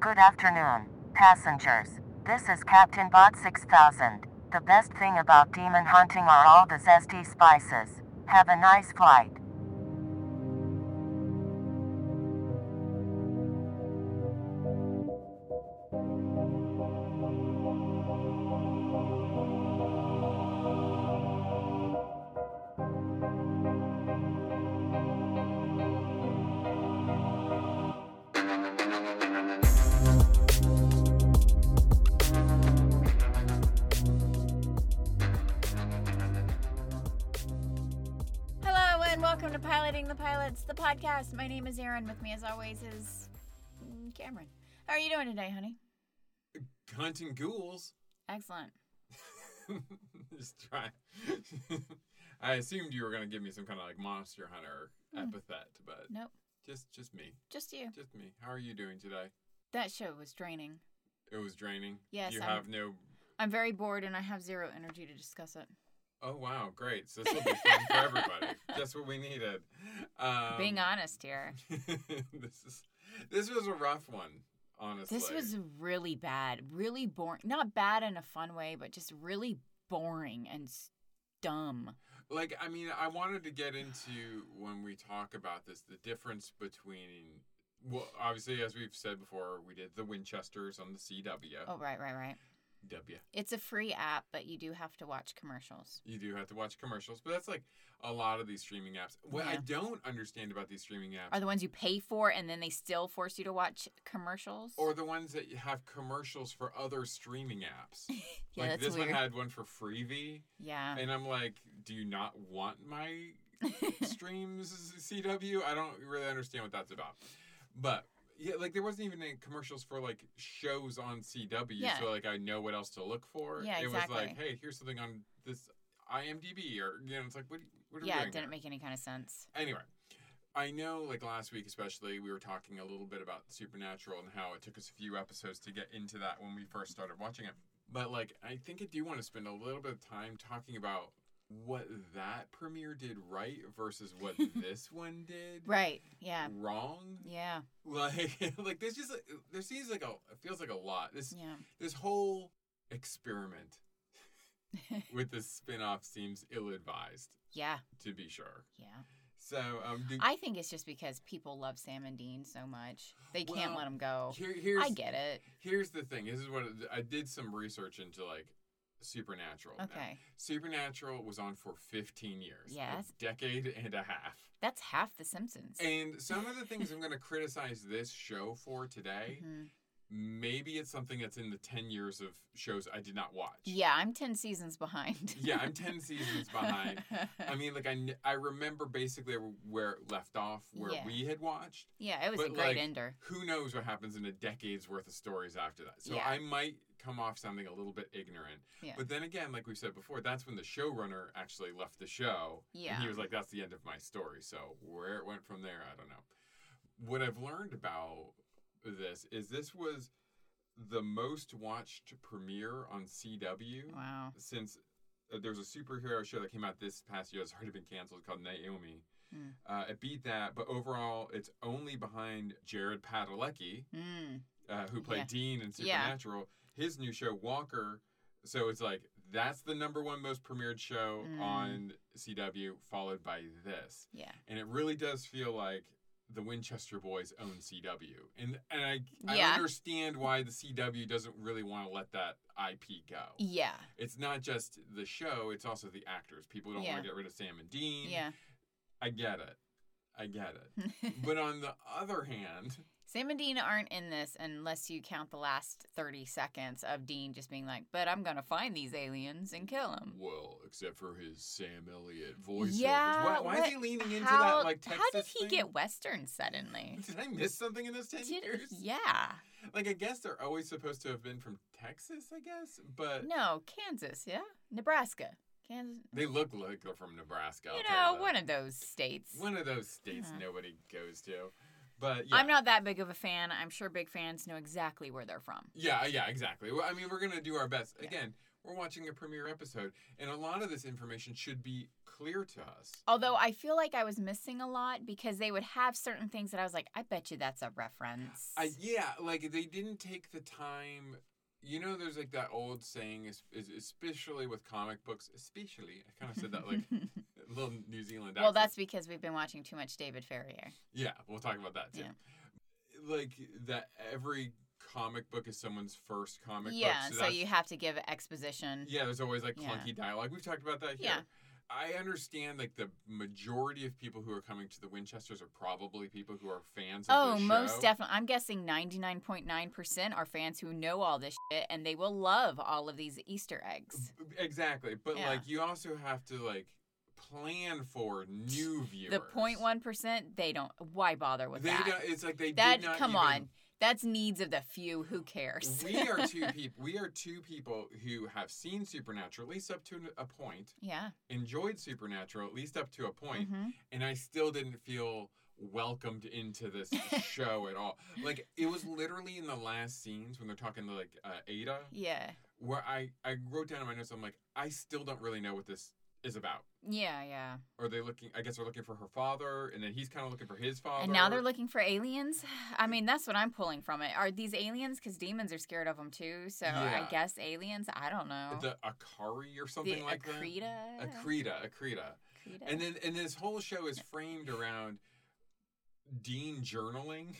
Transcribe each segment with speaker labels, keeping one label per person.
Speaker 1: Good afternoon, passengers. This is Captain Bot 6000. The best thing about demon hunting are all the zesty spices. Have a nice flight.
Speaker 2: Hello and welcome to Piloting the Pilots, the podcast. My name is Erin. With me, as always, is mm, Cameron. How are you doing today, honey?
Speaker 3: hunting ghouls.
Speaker 2: Excellent.
Speaker 3: Just try. I assumed you were gonna give me some kind of like monster hunter
Speaker 2: Hmm.
Speaker 3: epithet, but
Speaker 2: Nope,
Speaker 3: just just me,
Speaker 2: just you.
Speaker 3: just me. How are you doing today?
Speaker 2: That show was draining.
Speaker 3: It was draining.
Speaker 2: Yes,
Speaker 3: You
Speaker 2: I'm-
Speaker 3: have no.
Speaker 2: I'm very bored and I have zero energy to discuss it.
Speaker 3: Oh wow, great. So this will be fun for everybody. Just what we needed. Um,
Speaker 2: Being honest here,
Speaker 3: this is this was a rough one, honestly.
Speaker 2: this was really bad, really boring. Not bad in a fun way, but just really boring and s- dumb.
Speaker 3: like i mean i wanted to get into when we talk about this the difference between well obviously as we've said before we did the winchesters on the cw
Speaker 2: Oh, right, right, right.
Speaker 3: w
Speaker 2: It's a free app, but you do have to watch commercials.
Speaker 3: you do have to watch commercials but that's like a lot of these streaming apps what i
Speaker 2: Yeah.
Speaker 3: don't understand about these streaming apps
Speaker 2: Are the ones you pay for and then they still force you to watch commercials?
Speaker 3: or the ones that have commercials for other streaming apps
Speaker 2: Yeah,
Speaker 3: like
Speaker 2: that's
Speaker 3: this
Speaker 2: weird.
Speaker 3: one had one for freebie
Speaker 2: yeah.
Speaker 3: and i'm like do you not want my streams CW. I don't really understand what that's about. But yeah, like there wasn't even any commercials for like shows on CW,
Speaker 2: Yeah.
Speaker 3: so like I know what else to look for.
Speaker 2: Yeah,
Speaker 3: it was like,
Speaker 2: exactly.
Speaker 3: hey, here's something on this IMDb, or you know, it's like, what, what are
Speaker 2: yeah,
Speaker 3: we
Speaker 2: it
Speaker 3: doing?
Speaker 2: didn't
Speaker 3: here?
Speaker 2: make any kind of sense.
Speaker 3: anyway, I know like last week especially we were talking a little bit about Supernatural and how it took us a few episodes to get into that when we first started watching it. But like I think I do want to spend a little bit of time talking about what that premiere did right versus what this one did
Speaker 2: Right. Yeah.
Speaker 3: wrong.
Speaker 2: Yeah.
Speaker 3: Like like there's just like, there seems like a it feels like a lot. This
Speaker 2: Yeah.
Speaker 3: this whole experiment with this spin-off seems ill-advised
Speaker 2: yeah.
Speaker 3: to be sure.
Speaker 2: Yeah.
Speaker 3: So um do,
Speaker 2: I think it's just because people love Sam and Dean so much. They can't
Speaker 3: Well,
Speaker 2: let them go.
Speaker 3: here, here's
Speaker 2: I get it.
Speaker 3: Here's the thing. This is what I did some research into like Supernatural. now.
Speaker 2: Okay.
Speaker 3: Supernatural was on for 15 years. a
Speaker 2: Yes.
Speaker 3: decade and a half.
Speaker 2: That's half The Simpsons.
Speaker 3: And some of the things I'm going to criticize this show for today,
Speaker 2: Mhm.
Speaker 3: maybe it's something that's in the 10 years of shows I did not watch.
Speaker 2: Yeah, I'm 10 seasons behind.
Speaker 3: Yeah, I'm 10 seasons behind. I mean, like, I, kn- I remember basically where it left off, where
Speaker 2: Yeah.
Speaker 3: we had watched.
Speaker 2: yeah, it was a
Speaker 3: but,
Speaker 2: great
Speaker 3: like,
Speaker 2: ender.
Speaker 3: Who knows what happens in a decade's worth of stories after that? So
Speaker 2: Yeah.
Speaker 3: I might come off sounding a little bit ignorant.
Speaker 2: Yeah.
Speaker 3: But then again, like we've said before, that's when the showrunner actually left the show. And
Speaker 2: Yeah.
Speaker 3: he was like, that's the end of my story. So where it went from there, I don't know. What I've learned about this is this was the most watched premiere on CW
Speaker 2: Wow.
Speaker 3: since uh, there was a superhero show that came out this past year that's already been canceled called Naomi.
Speaker 2: Hmm.
Speaker 3: Uh, it beat that, but overall, it's only behind Jared Padalecki,
Speaker 2: Mm.
Speaker 3: uh, who played
Speaker 2: Yeah.
Speaker 3: Dean in
Speaker 2: Yeah.
Speaker 3: Supernatural. His new show Walker. So it's like that's the number one most premiered show
Speaker 2: Mm.
Speaker 3: on CW, followed by this,
Speaker 2: Yeah.
Speaker 3: and it really does feel like the Winchester Boys own CW, and and I
Speaker 2: Yeah.
Speaker 3: I understand why the CW doesn't really want to let that IP go
Speaker 2: Yeah.
Speaker 3: it's not just the show, it's also the actors. People don't
Speaker 2: Yeah.
Speaker 3: want to get rid of Sam and Dean.
Speaker 2: Yeah.
Speaker 3: I get it. I get it. but on the other hand,
Speaker 2: Sam and Dean aren't in this unless you count the last 30 seconds of Dean just being like, but I'm going to find these aliens and kill them.
Speaker 3: well, except for his Sam Elliott voice.
Speaker 2: Yeah,
Speaker 3: Why, why is
Speaker 2: what-
Speaker 3: he leaning into
Speaker 2: how,
Speaker 3: that like Texas
Speaker 2: how did he
Speaker 3: thing?
Speaker 2: get Western suddenly?
Speaker 3: Did I miss something in those 10
Speaker 2: Did-
Speaker 3: years?
Speaker 2: yeah.
Speaker 3: Like, I guess they're always supposed to have been from Texas, I guess, but
Speaker 2: No, Kansas, yeah. Nebraska. Kansas.
Speaker 3: they look like they're from Nebraska. I'll
Speaker 2: you
Speaker 3: tell
Speaker 2: know,
Speaker 3: that.
Speaker 2: one of those states.
Speaker 3: One of those states
Speaker 2: Yeah.
Speaker 3: nobody goes to. But yeah.
Speaker 2: I'm not that big of a fan. I'm sure big fans know exactly where they're from.
Speaker 3: Yeah, yeah, exactly. Well, I mean, we're gonna do our best.
Speaker 2: Yeah.
Speaker 3: Again, We're watching a premiere episode, and a lot of this information should be clear to us.
Speaker 2: Although I feel like I was missing a lot because they would have certain things that I was like, I bet you that's a reference.
Speaker 3: I, yeah, like they didn't take the time. You know, there's like that old saying, es- es- especially with comic books, especially. I kind of said that like a little New Zealand.
Speaker 2: well,
Speaker 3: accent.
Speaker 2: that's because we've been watching too much David Ferrier.
Speaker 3: Yeah, we'll talk about that too.
Speaker 2: Yeah.
Speaker 3: Like that every comic book is someone's first comic
Speaker 2: yeah,
Speaker 3: book.
Speaker 2: so,
Speaker 3: that's-
Speaker 2: you have to give exposition.
Speaker 3: Yeah, there's always like
Speaker 2: Yeah.
Speaker 3: clunky dialogue. We've talked about that here.
Speaker 2: Yeah.
Speaker 3: I understand like the majority of people who are coming to the Winchesters are probably people who are fans of
Speaker 2: Oh,
Speaker 3: the show.
Speaker 2: most definitely. I'm guessing 99.9% are fans who know all this shit and they will love all of these Easter eggs.
Speaker 3: Exactly. But
Speaker 2: Yeah.
Speaker 3: like you also have to like plan for new viewers.
Speaker 2: The 0.1%, they don't. Why bother with
Speaker 3: they
Speaker 2: that?
Speaker 3: Don't, it's like they
Speaker 2: that,
Speaker 3: did not
Speaker 2: come
Speaker 3: even-
Speaker 2: on. That's needs of the few. Who cares?
Speaker 3: We are two people. We are two people who have seen Supernatural, at least up to a point.
Speaker 2: yeah.
Speaker 3: Enjoyed Supernatural, at least up to a point.
Speaker 2: hmm
Speaker 3: and I still didn't feel welcomed into this show at all. Like it was literally in the last scenes when they're talking to like uh, Ada,
Speaker 2: Yeah.
Speaker 3: where I I wrote down in my notes. I'm like, I still don't really know what this is about.
Speaker 2: Yeah, yeah.
Speaker 3: Are they looking? I guess they're looking for her father, and then he's kind of looking for his father.
Speaker 2: And now they're looking for aliens. I mean, that's what I'm pulling from it. Are these aliens? Because demons are scared of them too. So
Speaker 3: Yeah.
Speaker 2: I guess aliens. I don't know.
Speaker 3: the Akari or something like
Speaker 2: Akrita.
Speaker 3: that. Akrita, Akrita, and then and this whole show is framed around Dean journaling.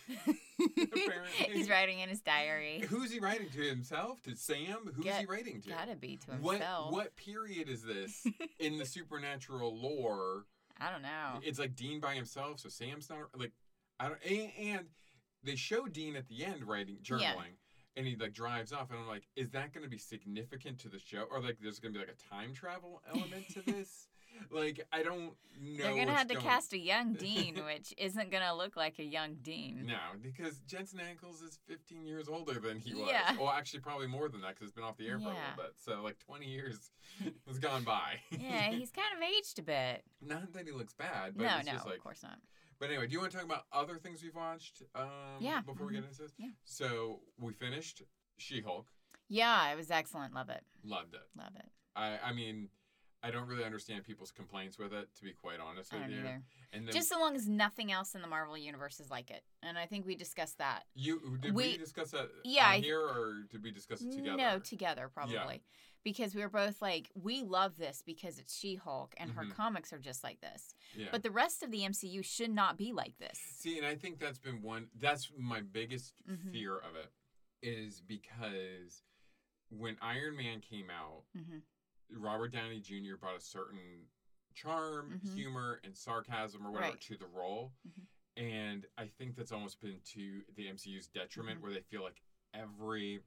Speaker 3: apparently-
Speaker 2: he's writing in his diary.
Speaker 3: Who's he writing to himself? To Sam? Who's he
Speaker 2: Get-
Speaker 3: writing to?
Speaker 2: Gotta be to
Speaker 3: what
Speaker 2: himself.
Speaker 3: what period is this in the supernatural lore?
Speaker 2: I don't know.
Speaker 3: It's like Dean by himself, so Sam's not like I don't. And, and they show Dean at the end writing journaling,
Speaker 2: Yeah.
Speaker 3: and he like drives off, and I'm like, is that going to be significant to the show, or like there's going to be like a time travel element to this? Like I don't know.
Speaker 2: They're gonna
Speaker 3: what's
Speaker 2: have to
Speaker 3: going-
Speaker 2: cast a young dean, which isn't gonna look like a young dean.
Speaker 3: No, because Jensen Ackles is 15 years older than he was.
Speaker 2: Yeah.
Speaker 3: Well, actually, probably more than that because it's been off the air for a
Speaker 2: Yeah.
Speaker 3: little bit. So, like, 20 years has gone by.
Speaker 2: Yeah, he's kind of aged a bit.
Speaker 3: Not that he looks bad, but
Speaker 2: no,
Speaker 3: it's
Speaker 2: no,
Speaker 3: just like.
Speaker 2: of course not.
Speaker 3: But anyway, do you want to talk about other things we've watched? Um,
Speaker 2: Yeah. mm-hmm.
Speaker 3: Before we get into this,
Speaker 2: Yeah.
Speaker 3: So we finished She-Hulk.
Speaker 2: Yeah, it was excellent. Love it.
Speaker 3: Loved it.
Speaker 2: Love it.
Speaker 3: I, I mean, I don't really understand people's complaints with it, to be quite honest
Speaker 2: I
Speaker 3: with
Speaker 2: don't
Speaker 3: you.
Speaker 2: either.
Speaker 3: And then
Speaker 2: Just so long as nothing else in the Marvel universe is like it, and I think we discussed that.
Speaker 3: you did we,
Speaker 2: we-
Speaker 3: discuss that
Speaker 2: Yeah,
Speaker 3: on
Speaker 2: I-
Speaker 3: here or did we discuss it together?
Speaker 2: No, together probably. Because we were both like, we love this because it's She Hulk and her
Speaker 3: Mhm.
Speaker 2: comics are just like this.
Speaker 3: yeah.
Speaker 2: But the rest of the MCU should not be like this.
Speaker 3: See, and I think that's been one. That's my biggest
Speaker 2: Mhm.
Speaker 3: fear of it, is because when Iron Man came out,
Speaker 2: hmm
Speaker 3: Robert Downey Jr. brought a certain charm,
Speaker 2: Mhm.
Speaker 3: humor, and sarcasm or whatever
Speaker 2: Right.
Speaker 3: to the role.
Speaker 2: Mhm.
Speaker 3: And I think that's almost been to the MCU's detriment
Speaker 2: Mhm.
Speaker 3: where they feel like every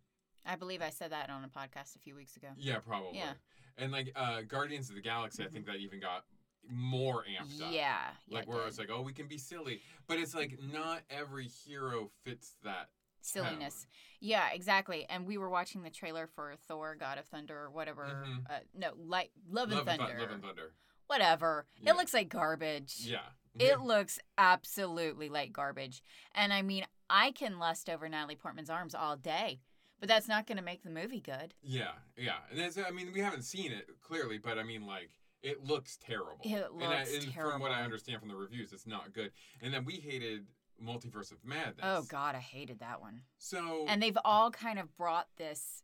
Speaker 2: I believe I said that on a podcast a few weeks ago.
Speaker 3: Yeah, probably.
Speaker 2: Yeah. Mm-hmm.
Speaker 3: And like uh Guardians of the Galaxy, I think that even got more amped
Speaker 2: Yeah.
Speaker 3: up.
Speaker 2: yeah,
Speaker 3: Like
Speaker 2: it
Speaker 3: where
Speaker 2: did. Mm-hmm.
Speaker 3: it's like, oh, we can be silly. But it's like not every hero fits that.
Speaker 2: silliness. Yeah, exactly. And we were watching the trailer for Thor, God of Thunder, or whatever.
Speaker 3: Mhm.
Speaker 2: Uh, no, like Love, and
Speaker 3: Love Thu-
Speaker 2: Thunder.
Speaker 3: Love and Thunder.
Speaker 2: Whatever.
Speaker 3: Yeah.
Speaker 2: It looks like garbage.
Speaker 3: Yeah.
Speaker 2: It looks absolutely like garbage. And I mean, I can lust over Natalie Portman's arms all day, but that's not going to make the movie good.
Speaker 3: Yeah, yeah, and that's. I mean, we haven't seen it clearly, but I mean, like, it looks terrible.
Speaker 2: It
Speaker 3: and I,
Speaker 2: looks
Speaker 3: and From what I
Speaker 2: terrible.
Speaker 3: understand from the reviews, it's not good. And then we hated Multiverse of Madness.
Speaker 2: Oh, God, I hated that one.
Speaker 3: So
Speaker 2: And they've all kind of brought this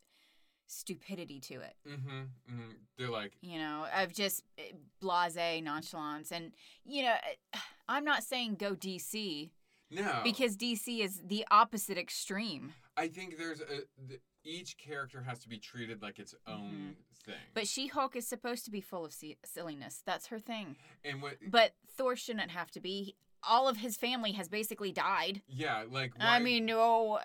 Speaker 2: stupidity to it,
Speaker 3: hmm hmm they're like,
Speaker 2: you know, of just eh, blase nonchalance. And, you know, eh, I'm not saying go DC
Speaker 3: no,
Speaker 2: because DC is the opposite extreme,
Speaker 3: I think there's a th- each character has to be treated like its own thing.
Speaker 2: Mm-hmm. but She Hulk is supposed to be full of si- silliness. That's her thing.
Speaker 3: and what?
Speaker 2: But Thor shouldn't have to be. All of his family has basically died.
Speaker 3: Yeah, like
Speaker 2: I
Speaker 3: why-
Speaker 2: mean, no. Uh,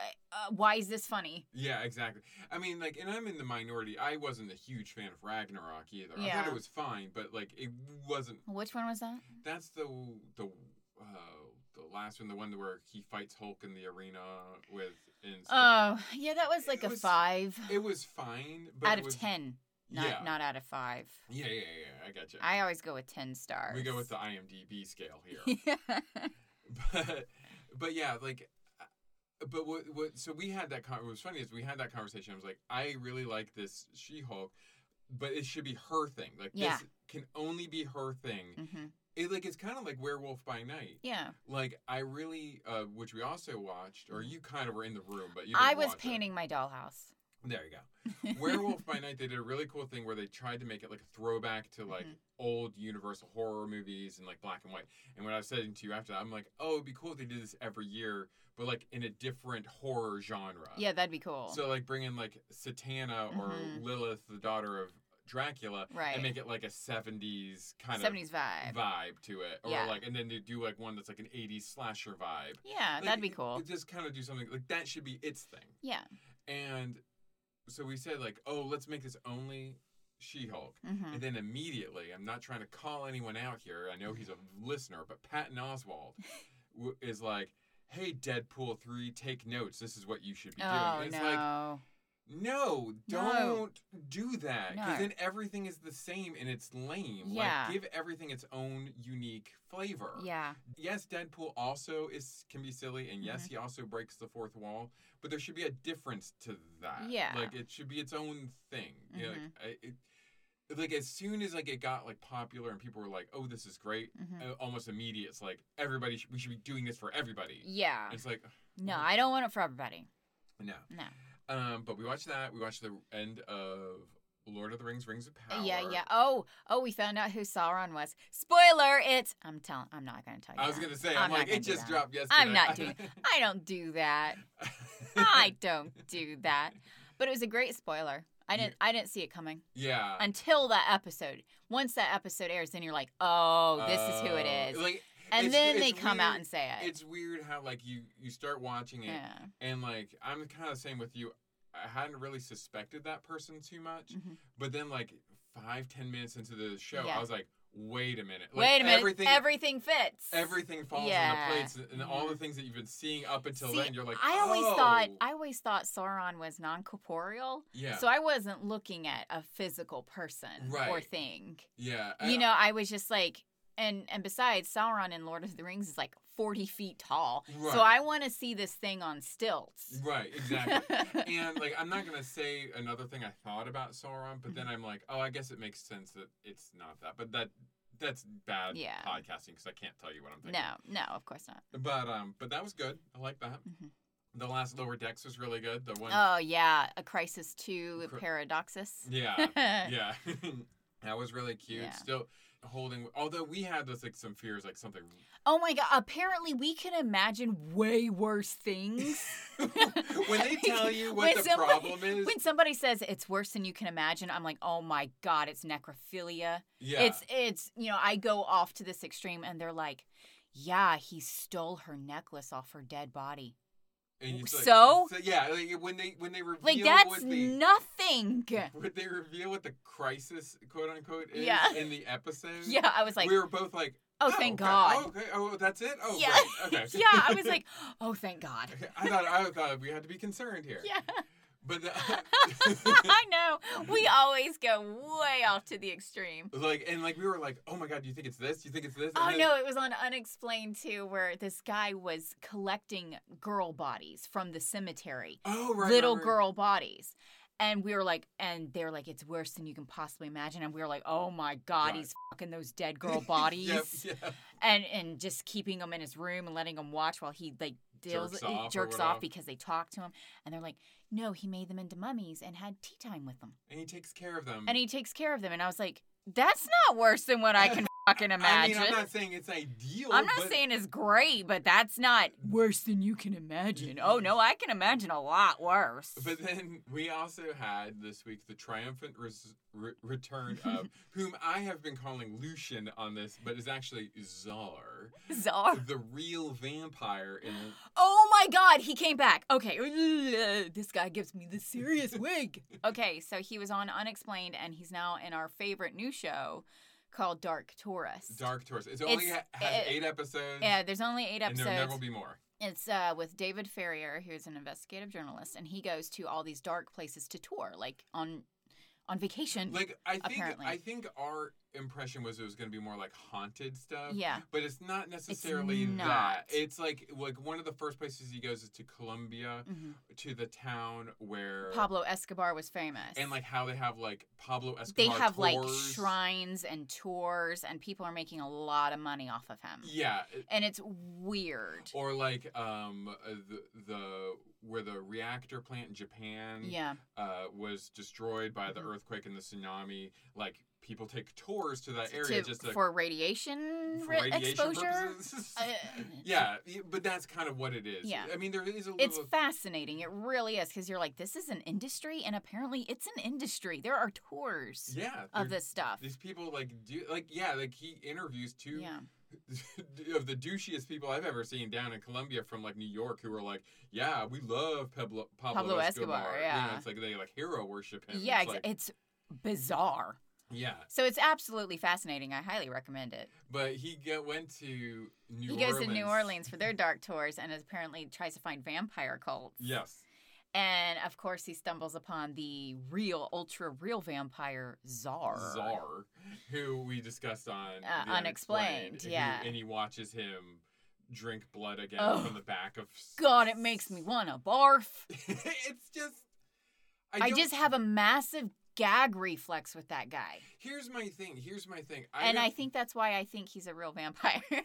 Speaker 2: why is this funny?
Speaker 3: Yeah, exactly. I mean, like, and I'm in the minority. I wasn't a huge fan of Ragnarok either. I thought
Speaker 2: Yeah.
Speaker 3: it was fine, but like, it wasn't
Speaker 2: Which one was that?
Speaker 3: That's the the uh, the last one, the one where he fights Hulk in the arena with. In
Speaker 2: Oh, yeah, that was like
Speaker 3: It
Speaker 2: a
Speaker 3: was-
Speaker 2: five
Speaker 3: it was fine, but
Speaker 2: out
Speaker 3: it
Speaker 2: of
Speaker 3: was-
Speaker 2: ten, not
Speaker 3: yeah.
Speaker 2: not out of five.
Speaker 3: yeah, yeah, yeah, yeah. I got you.
Speaker 2: I always go with ten stars.
Speaker 3: we go with the IMDb scale here,
Speaker 2: yeah.
Speaker 3: but but yeah, like. uh, But what, what so we had that con- what was funny is we had that conversation. I was like, I really like this She Hulk, but it should be her thing. Like
Speaker 2: Yeah.
Speaker 3: this can only be her thing.
Speaker 2: Mm-hmm.
Speaker 3: It like it's kind of like Werewolf by Night.
Speaker 2: Yeah.
Speaker 3: Like I really, uh, which we also watched, or you kind of were in the room, but you.
Speaker 2: I
Speaker 3: didn't
Speaker 2: was
Speaker 3: watch it.
Speaker 2: painting my dollhouse.
Speaker 3: There you go. Werewolf by Night, they did a really cool thing where they tried to make it like a throwback to like
Speaker 2: Mhm.
Speaker 3: old Universal horror movies and like black and white. And when I was saying to you after that, I'm like, oh, it'd be cool if they did this every year, but like in a different horror genre.
Speaker 2: yeah, that'd be cool.
Speaker 3: So like bring in like Satana or
Speaker 2: Mhm.
Speaker 3: Lilith, the daughter of Dracula,
Speaker 2: Right.
Speaker 3: and make it like a 70s kind of
Speaker 2: 70s vibe.
Speaker 3: vibe to it, or
Speaker 2: Yeah.
Speaker 3: like, and then they do like one that's like an 80s slasher vibe.
Speaker 2: Yeah,
Speaker 3: Like,
Speaker 2: that'd be
Speaker 3: it-
Speaker 2: cool.
Speaker 3: it Just kind of do something like that should be its thing.
Speaker 2: Yeah.
Speaker 3: And so we said like, oh, let's make this only She-Hulk.
Speaker 2: hmm
Speaker 3: And then immediately, I'm not trying to call anyone out here. I know he's a listener, but Patton Oswald w- is like, "Hey, Deadpool three, take notes. This is what you should be doing."
Speaker 2: Oh
Speaker 3: And it's like,
Speaker 2: no.
Speaker 3: no,
Speaker 2: No.
Speaker 3: don't do that because
Speaker 2: No.
Speaker 3: then everything is the same and it's lame.
Speaker 2: Yeah.
Speaker 3: Like, give everything its own unique flavor
Speaker 2: yeah.
Speaker 3: yes, Deadpool also is can be silly, and
Speaker 2: Mm-hmm.
Speaker 3: yes, he also breaks the fourth wall. But there should be a difference to that.
Speaker 2: Yeah. Mm-hmm.
Speaker 3: like it should be its own thing. You know, like, I, it, like as soon as like it got like popular and people were like, "Oh, this is great,"
Speaker 2: Mhm.
Speaker 3: uh, almost immediate. It's like everybody, sh- we should be doing this for everybody.
Speaker 2: Yeah.
Speaker 3: It's like
Speaker 2: No, I don't want it for everybody.
Speaker 3: no,
Speaker 2: No.
Speaker 3: um, but we watched that. We watched the end of Lord of the Rings: Rings of Power.
Speaker 2: Yeah, yeah. Oh, oh, we found out who Sauron was. Spoiler, it's I'm telling I'm not gonna tell you.
Speaker 3: I was
Speaker 2: that.
Speaker 3: gonna say,
Speaker 2: I'm
Speaker 3: I'm,
Speaker 2: not
Speaker 3: like,
Speaker 2: gonna
Speaker 3: it
Speaker 2: do
Speaker 3: just
Speaker 2: that.
Speaker 3: dropped yesterday.
Speaker 2: I'm not doing I don't do that. I don't do that. But it was a great spoiler. I
Speaker 3: You-
Speaker 2: didn't I didn't see it coming
Speaker 3: yeah.
Speaker 2: until that episode. Once that episode airs, then you're like, "Oh, this is who
Speaker 3: Oh,
Speaker 2: it is."
Speaker 3: Like,
Speaker 2: and
Speaker 3: it's-
Speaker 2: then
Speaker 3: it's
Speaker 2: they come out
Speaker 3: weird-
Speaker 2: and say it.
Speaker 3: It's weird how like you you start watching it
Speaker 2: yeah.
Speaker 3: and like I'm kind of the same with you. I hadn't really suspected that person too much,
Speaker 2: Mhm.
Speaker 3: but then like five ten minutes into the show,
Speaker 2: Yeah.
Speaker 3: I was like, wait a minute, like,
Speaker 2: Wait a minute. Everything,
Speaker 3: everything
Speaker 2: fits.
Speaker 3: everything falls
Speaker 2: Yeah. Mm-hmm.
Speaker 3: into place, and all the things that you've been seeing up until
Speaker 2: See,
Speaker 3: then, you're like,
Speaker 2: I always thought
Speaker 3: "Oh."
Speaker 2: I always thought Sauron was non corporeal.
Speaker 3: yeah,
Speaker 2: So I wasn't looking at a physical person or
Speaker 3: Right.
Speaker 2: thing.
Speaker 3: yeah,
Speaker 2: you
Speaker 3: and-
Speaker 2: know, I was just like, and and besides, Sauron in Lord of the Rings is like forty feet tall.
Speaker 3: Right.
Speaker 2: So I want to see this thing on stilts.
Speaker 3: right, exactly. and like I'm not gonna say another thing I thought about Sauron, but
Speaker 2: Mm-hmm.
Speaker 3: then I'm like, oh, I guess it makes sense that it's not that, but that that's bad
Speaker 2: Yeah.
Speaker 3: podcasting because I can't tell you what I'm thinking.
Speaker 2: no, no, of course not.
Speaker 3: But um, but that was good. I like that.
Speaker 2: Mhm.
Speaker 3: The last Lower Decks was really good. The one,
Speaker 2: Oh yeah, a Crisis Two
Speaker 3: Cri-
Speaker 2: Paradoxus.
Speaker 3: yeah, yeah, that was really cute.
Speaker 2: Yeah.
Speaker 3: Still holding. Although we had those like some fears, like something.
Speaker 2: Oh my god! Apparently, we can imagine way worse things.
Speaker 3: when they tell you what
Speaker 2: When
Speaker 3: the
Speaker 2: somebody-
Speaker 3: problem is,
Speaker 2: When somebody says it's worse than you can imagine, I'm like, oh my god, it's necrophilia.
Speaker 3: yeah,
Speaker 2: It's it's you know, I go off to this extreme and they're like, Yeah, he stole her necklace off her dead body.
Speaker 3: and it's like-
Speaker 2: so?
Speaker 3: yeah, like, when they when they reveal
Speaker 2: Like that's
Speaker 3: what the
Speaker 2: nothing.
Speaker 3: when they reveal what the crisis quote unquote is
Speaker 2: Yeah.
Speaker 3: in the episode,
Speaker 2: Yeah, I was like,
Speaker 3: we were both like,
Speaker 2: Oh thank
Speaker 3: okay.
Speaker 2: God.
Speaker 3: Oh, okay, oh, that's it. Oh,
Speaker 2: yeah.
Speaker 3: great. okay,
Speaker 2: yeah, I was like, Oh thank God.
Speaker 3: I thought I thought we had to be concerned here.
Speaker 2: Yeah.
Speaker 3: But the,
Speaker 2: I know. We always go way off to the extreme.
Speaker 3: like and like we were like, oh my god, do you think it's this? Do you think it's this? And
Speaker 2: Oh
Speaker 3: then-
Speaker 2: no, it was on Unexplained too, where this guy was collecting girl bodies from the cemetery.
Speaker 3: Oh right.
Speaker 2: little
Speaker 3: right, right.
Speaker 2: girl bodies. And we were like, and they're like, it's worse than you can possibly imagine. And we were like, oh my God,
Speaker 3: Right.
Speaker 2: he's fucking those dead girl bodies.
Speaker 3: Yep, yeah.
Speaker 2: And and just keeping them in his room and letting them watch while he like deals,
Speaker 3: Jerks
Speaker 2: jerks,
Speaker 3: off or
Speaker 2: off, jerks
Speaker 3: whatever.
Speaker 2: off because they talk to him. And they're like, no, he made them into mummies and had tea time with them.
Speaker 3: And he takes care of them.
Speaker 2: And he takes care of them. And I was like, that's not worse than what I can fucking imagine.
Speaker 3: I mean, I'm not saying it's ideal.
Speaker 2: I'm not
Speaker 3: but-
Speaker 2: saying it's great, but that's not worse than you can imagine. Oh no, I can imagine a lot worse.
Speaker 3: But then we also had this week the triumphant res- re- return of whom I have been calling Lucian on this, but is actually Czar,
Speaker 2: Czar.
Speaker 3: the real vampire in
Speaker 2: Oh my god, he came back. Okay, this guy gives me the serious wig. Okay, so he was on Unexplained and he's now in our favorite new show called Dark Taurus.
Speaker 3: Dark Taurus. It's only
Speaker 2: It's-
Speaker 3: ha-
Speaker 2: it-
Speaker 3: has eight episodes.
Speaker 2: Yeah, there's only eight
Speaker 3: and there never
Speaker 2: episodes.
Speaker 3: will be more.
Speaker 2: it's uh, with David Ferrier, who's an investigative journalist, and he goes to all these dark places to tour, like on on vacation.
Speaker 3: Like I think
Speaker 2: apparently.
Speaker 3: I think our impression was it was going to be more like haunted stuff.
Speaker 2: Yeah.
Speaker 3: But it's not necessarily that.
Speaker 2: not.
Speaker 3: It's like like one of the first places he goes is to Colombia,
Speaker 2: Mhm.
Speaker 3: to the town where
Speaker 2: Pablo Escobar was famous.
Speaker 3: and like how they have like Pablo Escobar.
Speaker 2: they have like
Speaker 3: tours.
Speaker 2: shrines and tours and people are making a lot of money off of him.
Speaker 3: Yeah.
Speaker 2: And it's weird.
Speaker 3: Or like um uh, the the where the reactor plant in Japan
Speaker 2: yeah.
Speaker 3: uh, was destroyed by the
Speaker 2: Mhm.
Speaker 3: earthquake and the tsunami. Like people take tours to that
Speaker 2: To,
Speaker 3: area just to,
Speaker 2: for radiation,
Speaker 3: for
Speaker 2: ra-
Speaker 3: radiation
Speaker 2: exposure.
Speaker 3: purposes.
Speaker 2: Uh,
Speaker 3: yeah, y- but that's kind of what it is.
Speaker 2: Yeah.
Speaker 3: I mean, there is a little.
Speaker 2: It's fascinating. It really is because you're like, this is an industry, and apparently it's an industry. There are tours
Speaker 3: yeah,
Speaker 2: of
Speaker 3: there-
Speaker 2: this stuff.
Speaker 3: These people like do like yeah like he interviews two
Speaker 2: Yeah,
Speaker 3: of the douchiest people I've ever seen down in Colombia from like New York who are like yeah we love Pablo Pablo,
Speaker 2: Pablo Escobar,
Speaker 3: You know,
Speaker 2: yeah.
Speaker 3: it's like they like hero worship him.
Speaker 2: yeah,
Speaker 3: it's
Speaker 2: it's,
Speaker 3: like,
Speaker 2: it's bizarre.
Speaker 3: yeah.
Speaker 2: So it's absolutely fascinating. I highly recommend it.
Speaker 3: But he get, went to New
Speaker 2: he goes
Speaker 3: Orleans.
Speaker 2: to New Orleans for their dark tours, and apparently tries to find vampire cults.
Speaker 3: Yes.
Speaker 2: and of course he stumbles upon the real, ultra real vampire czar.
Speaker 3: Czar, who we discussed on
Speaker 2: Uh,
Speaker 3: The
Speaker 2: Unexplained,
Speaker 3: who-
Speaker 2: yeah.
Speaker 3: and he watches him drink blood again
Speaker 2: Ugh.
Speaker 3: from the back of.
Speaker 2: God, it makes me wanna barf.
Speaker 3: it's just.
Speaker 2: I,
Speaker 3: don't-
Speaker 2: just have a massive gag reflex with that guy.
Speaker 3: Here's my thing. Here's my thing.
Speaker 2: and I
Speaker 3: don't-
Speaker 2: think that's why I think he's a real vampire.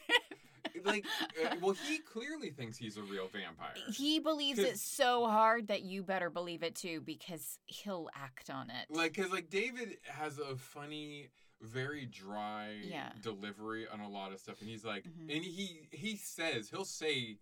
Speaker 3: like, uh, well, he clearly thinks he's a real vampire.
Speaker 2: he believes it
Speaker 3: 'Cause-
Speaker 2: so hard that you better believe it too because he'll act on it.
Speaker 3: Like, cause like David has a funny, very dry
Speaker 2: Yeah.
Speaker 3: delivery on a lot of stuff, and he's like,
Speaker 2: Mhm.
Speaker 3: and he he says he'll say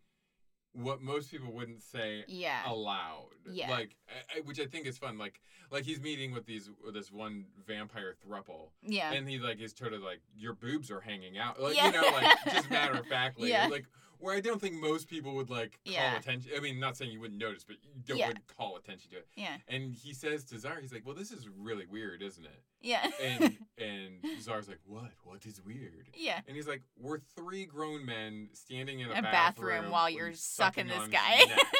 Speaker 3: what most people wouldn't say
Speaker 2: yeah.
Speaker 3: allowed.
Speaker 2: Yeah.
Speaker 3: Like, I- I- which I think is fun. Like, like he's meeting with these with this one vampire thruple,
Speaker 2: yeah.
Speaker 3: and he like is totally like, "Your boobs are hanging out," like
Speaker 2: Yeah.
Speaker 3: you know, like just matter of factly,
Speaker 2: Yeah.
Speaker 3: like where I don't think most people would like call
Speaker 2: Yeah.
Speaker 3: attention. I mean, not saying you wouldn't notice, but you don't
Speaker 2: Yeah.
Speaker 3: would call attention to it.
Speaker 2: yeah.
Speaker 3: And he says to Zara, he's like, "Well, this is really weird, isn't it?"
Speaker 2: Yeah.
Speaker 3: And and Zara's like, "What? What is weird?"
Speaker 2: yeah.
Speaker 3: And he's like, "We're three grown men standing in a,
Speaker 2: A bathroom while
Speaker 3: and
Speaker 2: you're sucking this
Speaker 3: on his
Speaker 2: guy."
Speaker 3: neck."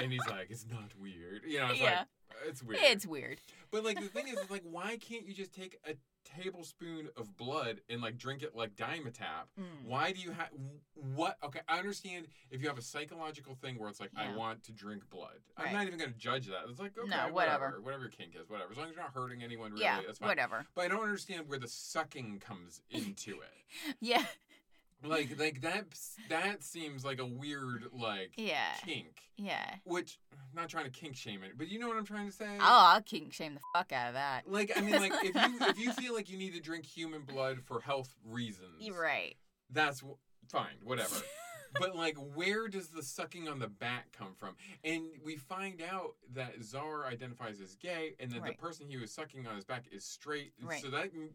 Speaker 3: and he's like, "It's not weird." You know, it's
Speaker 2: Yeah.
Speaker 3: like it's weird.
Speaker 2: It's weird.
Speaker 3: But like the thing is, is like, why can't you just take a tablespoon of blood and like drink it like Dimetap?
Speaker 2: Mm.
Speaker 3: Why do you have what? Okay, I understand if you have a psychological thing where it's like,
Speaker 2: Yeah.
Speaker 3: I want to drink blood.
Speaker 2: Right.
Speaker 3: I'm not even going to judge that. It's like, okay,
Speaker 2: No, whatever.
Speaker 3: whatever, whatever your kink is, whatever. As long as you're not hurting anyone, really,
Speaker 2: yeah.
Speaker 3: that's fine.
Speaker 2: Whatever.
Speaker 3: But I don't understand where the sucking comes into it.
Speaker 2: Yeah.
Speaker 3: like, like that that seems like a weird like
Speaker 2: Yeah.
Speaker 3: kink.
Speaker 2: Yeah.
Speaker 3: Which, I'm not trying to kink shame it, but you know what I'm trying to say.
Speaker 2: Oh, I'll kink shame the fuck out of that.
Speaker 3: Like I mean, like if you if you feel like you need to drink human blood for health reasons,
Speaker 2: You're right.
Speaker 3: That's w- fine, whatever. but like, where does the sucking on the back come from? And we find out that Czar identifies as gay, and that
Speaker 2: Right.
Speaker 3: the person he was sucking on his back is straight. and
Speaker 2: Right.
Speaker 3: So that m-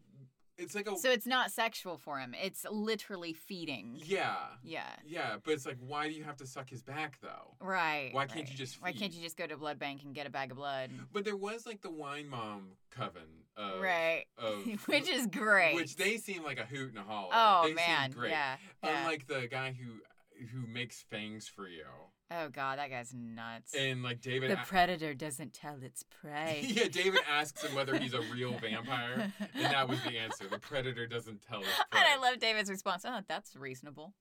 Speaker 3: it's like a
Speaker 2: So it's not sexual for him. It's literally feeding.
Speaker 3: yeah,
Speaker 2: Yeah.
Speaker 3: yeah. But it's like, why do you have to suck his back though?
Speaker 2: Right.
Speaker 3: Why can't
Speaker 2: right.
Speaker 3: you just
Speaker 2: Why can't
Speaker 3: feed?
Speaker 2: you just go to a blood bank and get a bag of blood?
Speaker 3: But there was like the wine mom coven, of,
Speaker 2: right.
Speaker 3: Of,
Speaker 2: Which is great.
Speaker 3: Oh. which they seem like a hoot and a holler.
Speaker 2: Oh
Speaker 3: They seem
Speaker 2: man,
Speaker 3: great.
Speaker 2: yeah. yeah.
Speaker 3: Unlike the guy who who makes fangs for you,
Speaker 2: oh god, that guy's nuts.
Speaker 3: and like David,
Speaker 2: the
Speaker 3: a-
Speaker 2: predator doesn't tell its prey.
Speaker 3: yeah, David asks him whether he's a real vampire, and that was the answer. The predator doesn't tell us.
Speaker 2: And I love David's response. Oh, that's reasonable.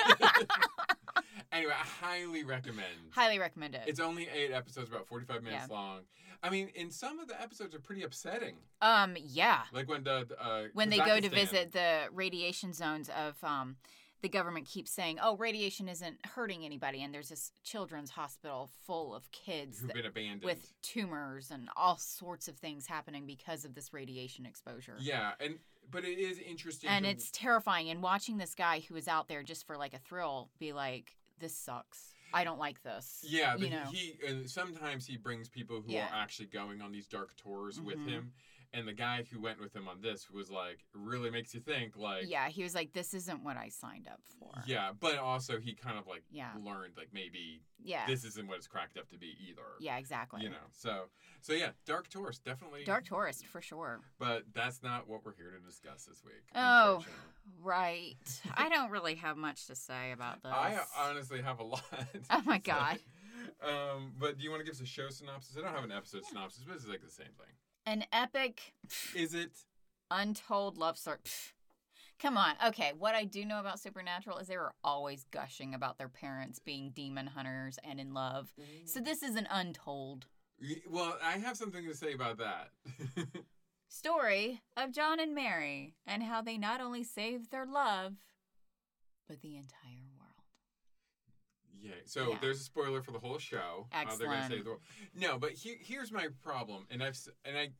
Speaker 3: anyway, I highly recommend.
Speaker 2: Highly recommend it.
Speaker 3: It's only eight episodes, about forty-five minutes
Speaker 2: Yeah.
Speaker 3: long. I mean, and some of the episodes are pretty upsetting,
Speaker 2: um, yeah.
Speaker 3: like when the uh,
Speaker 2: When they go to
Speaker 3: Kazakhstan-
Speaker 2: visit the radiation zones of um the government keeps saying, "Oh, radiation isn't hurting anybody," and there's this children's hospital full of kids
Speaker 3: who've
Speaker 2: that-
Speaker 3: been abandoned
Speaker 2: with tumors and all sorts of things happening because of this radiation exposure.
Speaker 3: Yeah, and but it is interesting,
Speaker 2: and
Speaker 3: to-
Speaker 2: it's terrifying. And watching this guy who is out there just for like a thrill be like, "This sucks. I don't like this."
Speaker 3: Yeah, but
Speaker 2: you know.
Speaker 3: he and sometimes he brings people who
Speaker 2: Yeah.
Speaker 3: are actually going on these dark tours with
Speaker 2: Mhm.
Speaker 3: him. And the guy who went with him on this was like really makes you think like
Speaker 2: yeah, he was like, "This isn't what I signed up for."
Speaker 3: yeah, but also he kind of like
Speaker 2: Yeah.
Speaker 3: learned like maybe
Speaker 2: yeah,
Speaker 3: this isn't what it's cracked up to be either.
Speaker 2: yeah, exactly.
Speaker 3: You know. So so yeah, dark tours definitely
Speaker 2: Dark tourist for sure.
Speaker 3: but that's not what we're here to discuss this week.
Speaker 2: Oh,
Speaker 3: unfortunately.
Speaker 2: right. I don't really have much to say about this.
Speaker 3: I uh, honestly have a lot.
Speaker 2: Oh my
Speaker 3: So,
Speaker 2: God.
Speaker 3: um, but do you want to give us a show synopsis? I don't have an episode synopsis, but it's like the same thing.
Speaker 2: An epic,
Speaker 3: Is it?
Speaker 2: untold love story. Pff. Come on. Okay. What I do know about Supernatural is they were always gushing about their parents being demon hunters and in love. So this is an untold
Speaker 3: Y- Well, I have something to say about that.
Speaker 2: story of John and Mary and how they not only saved their love, but the entire world.
Speaker 3: yeah. So
Speaker 2: Yeah.
Speaker 3: there's a spoiler for the whole show. How they're gonna save the world. No, but he- here's my problem, and I've s- and I.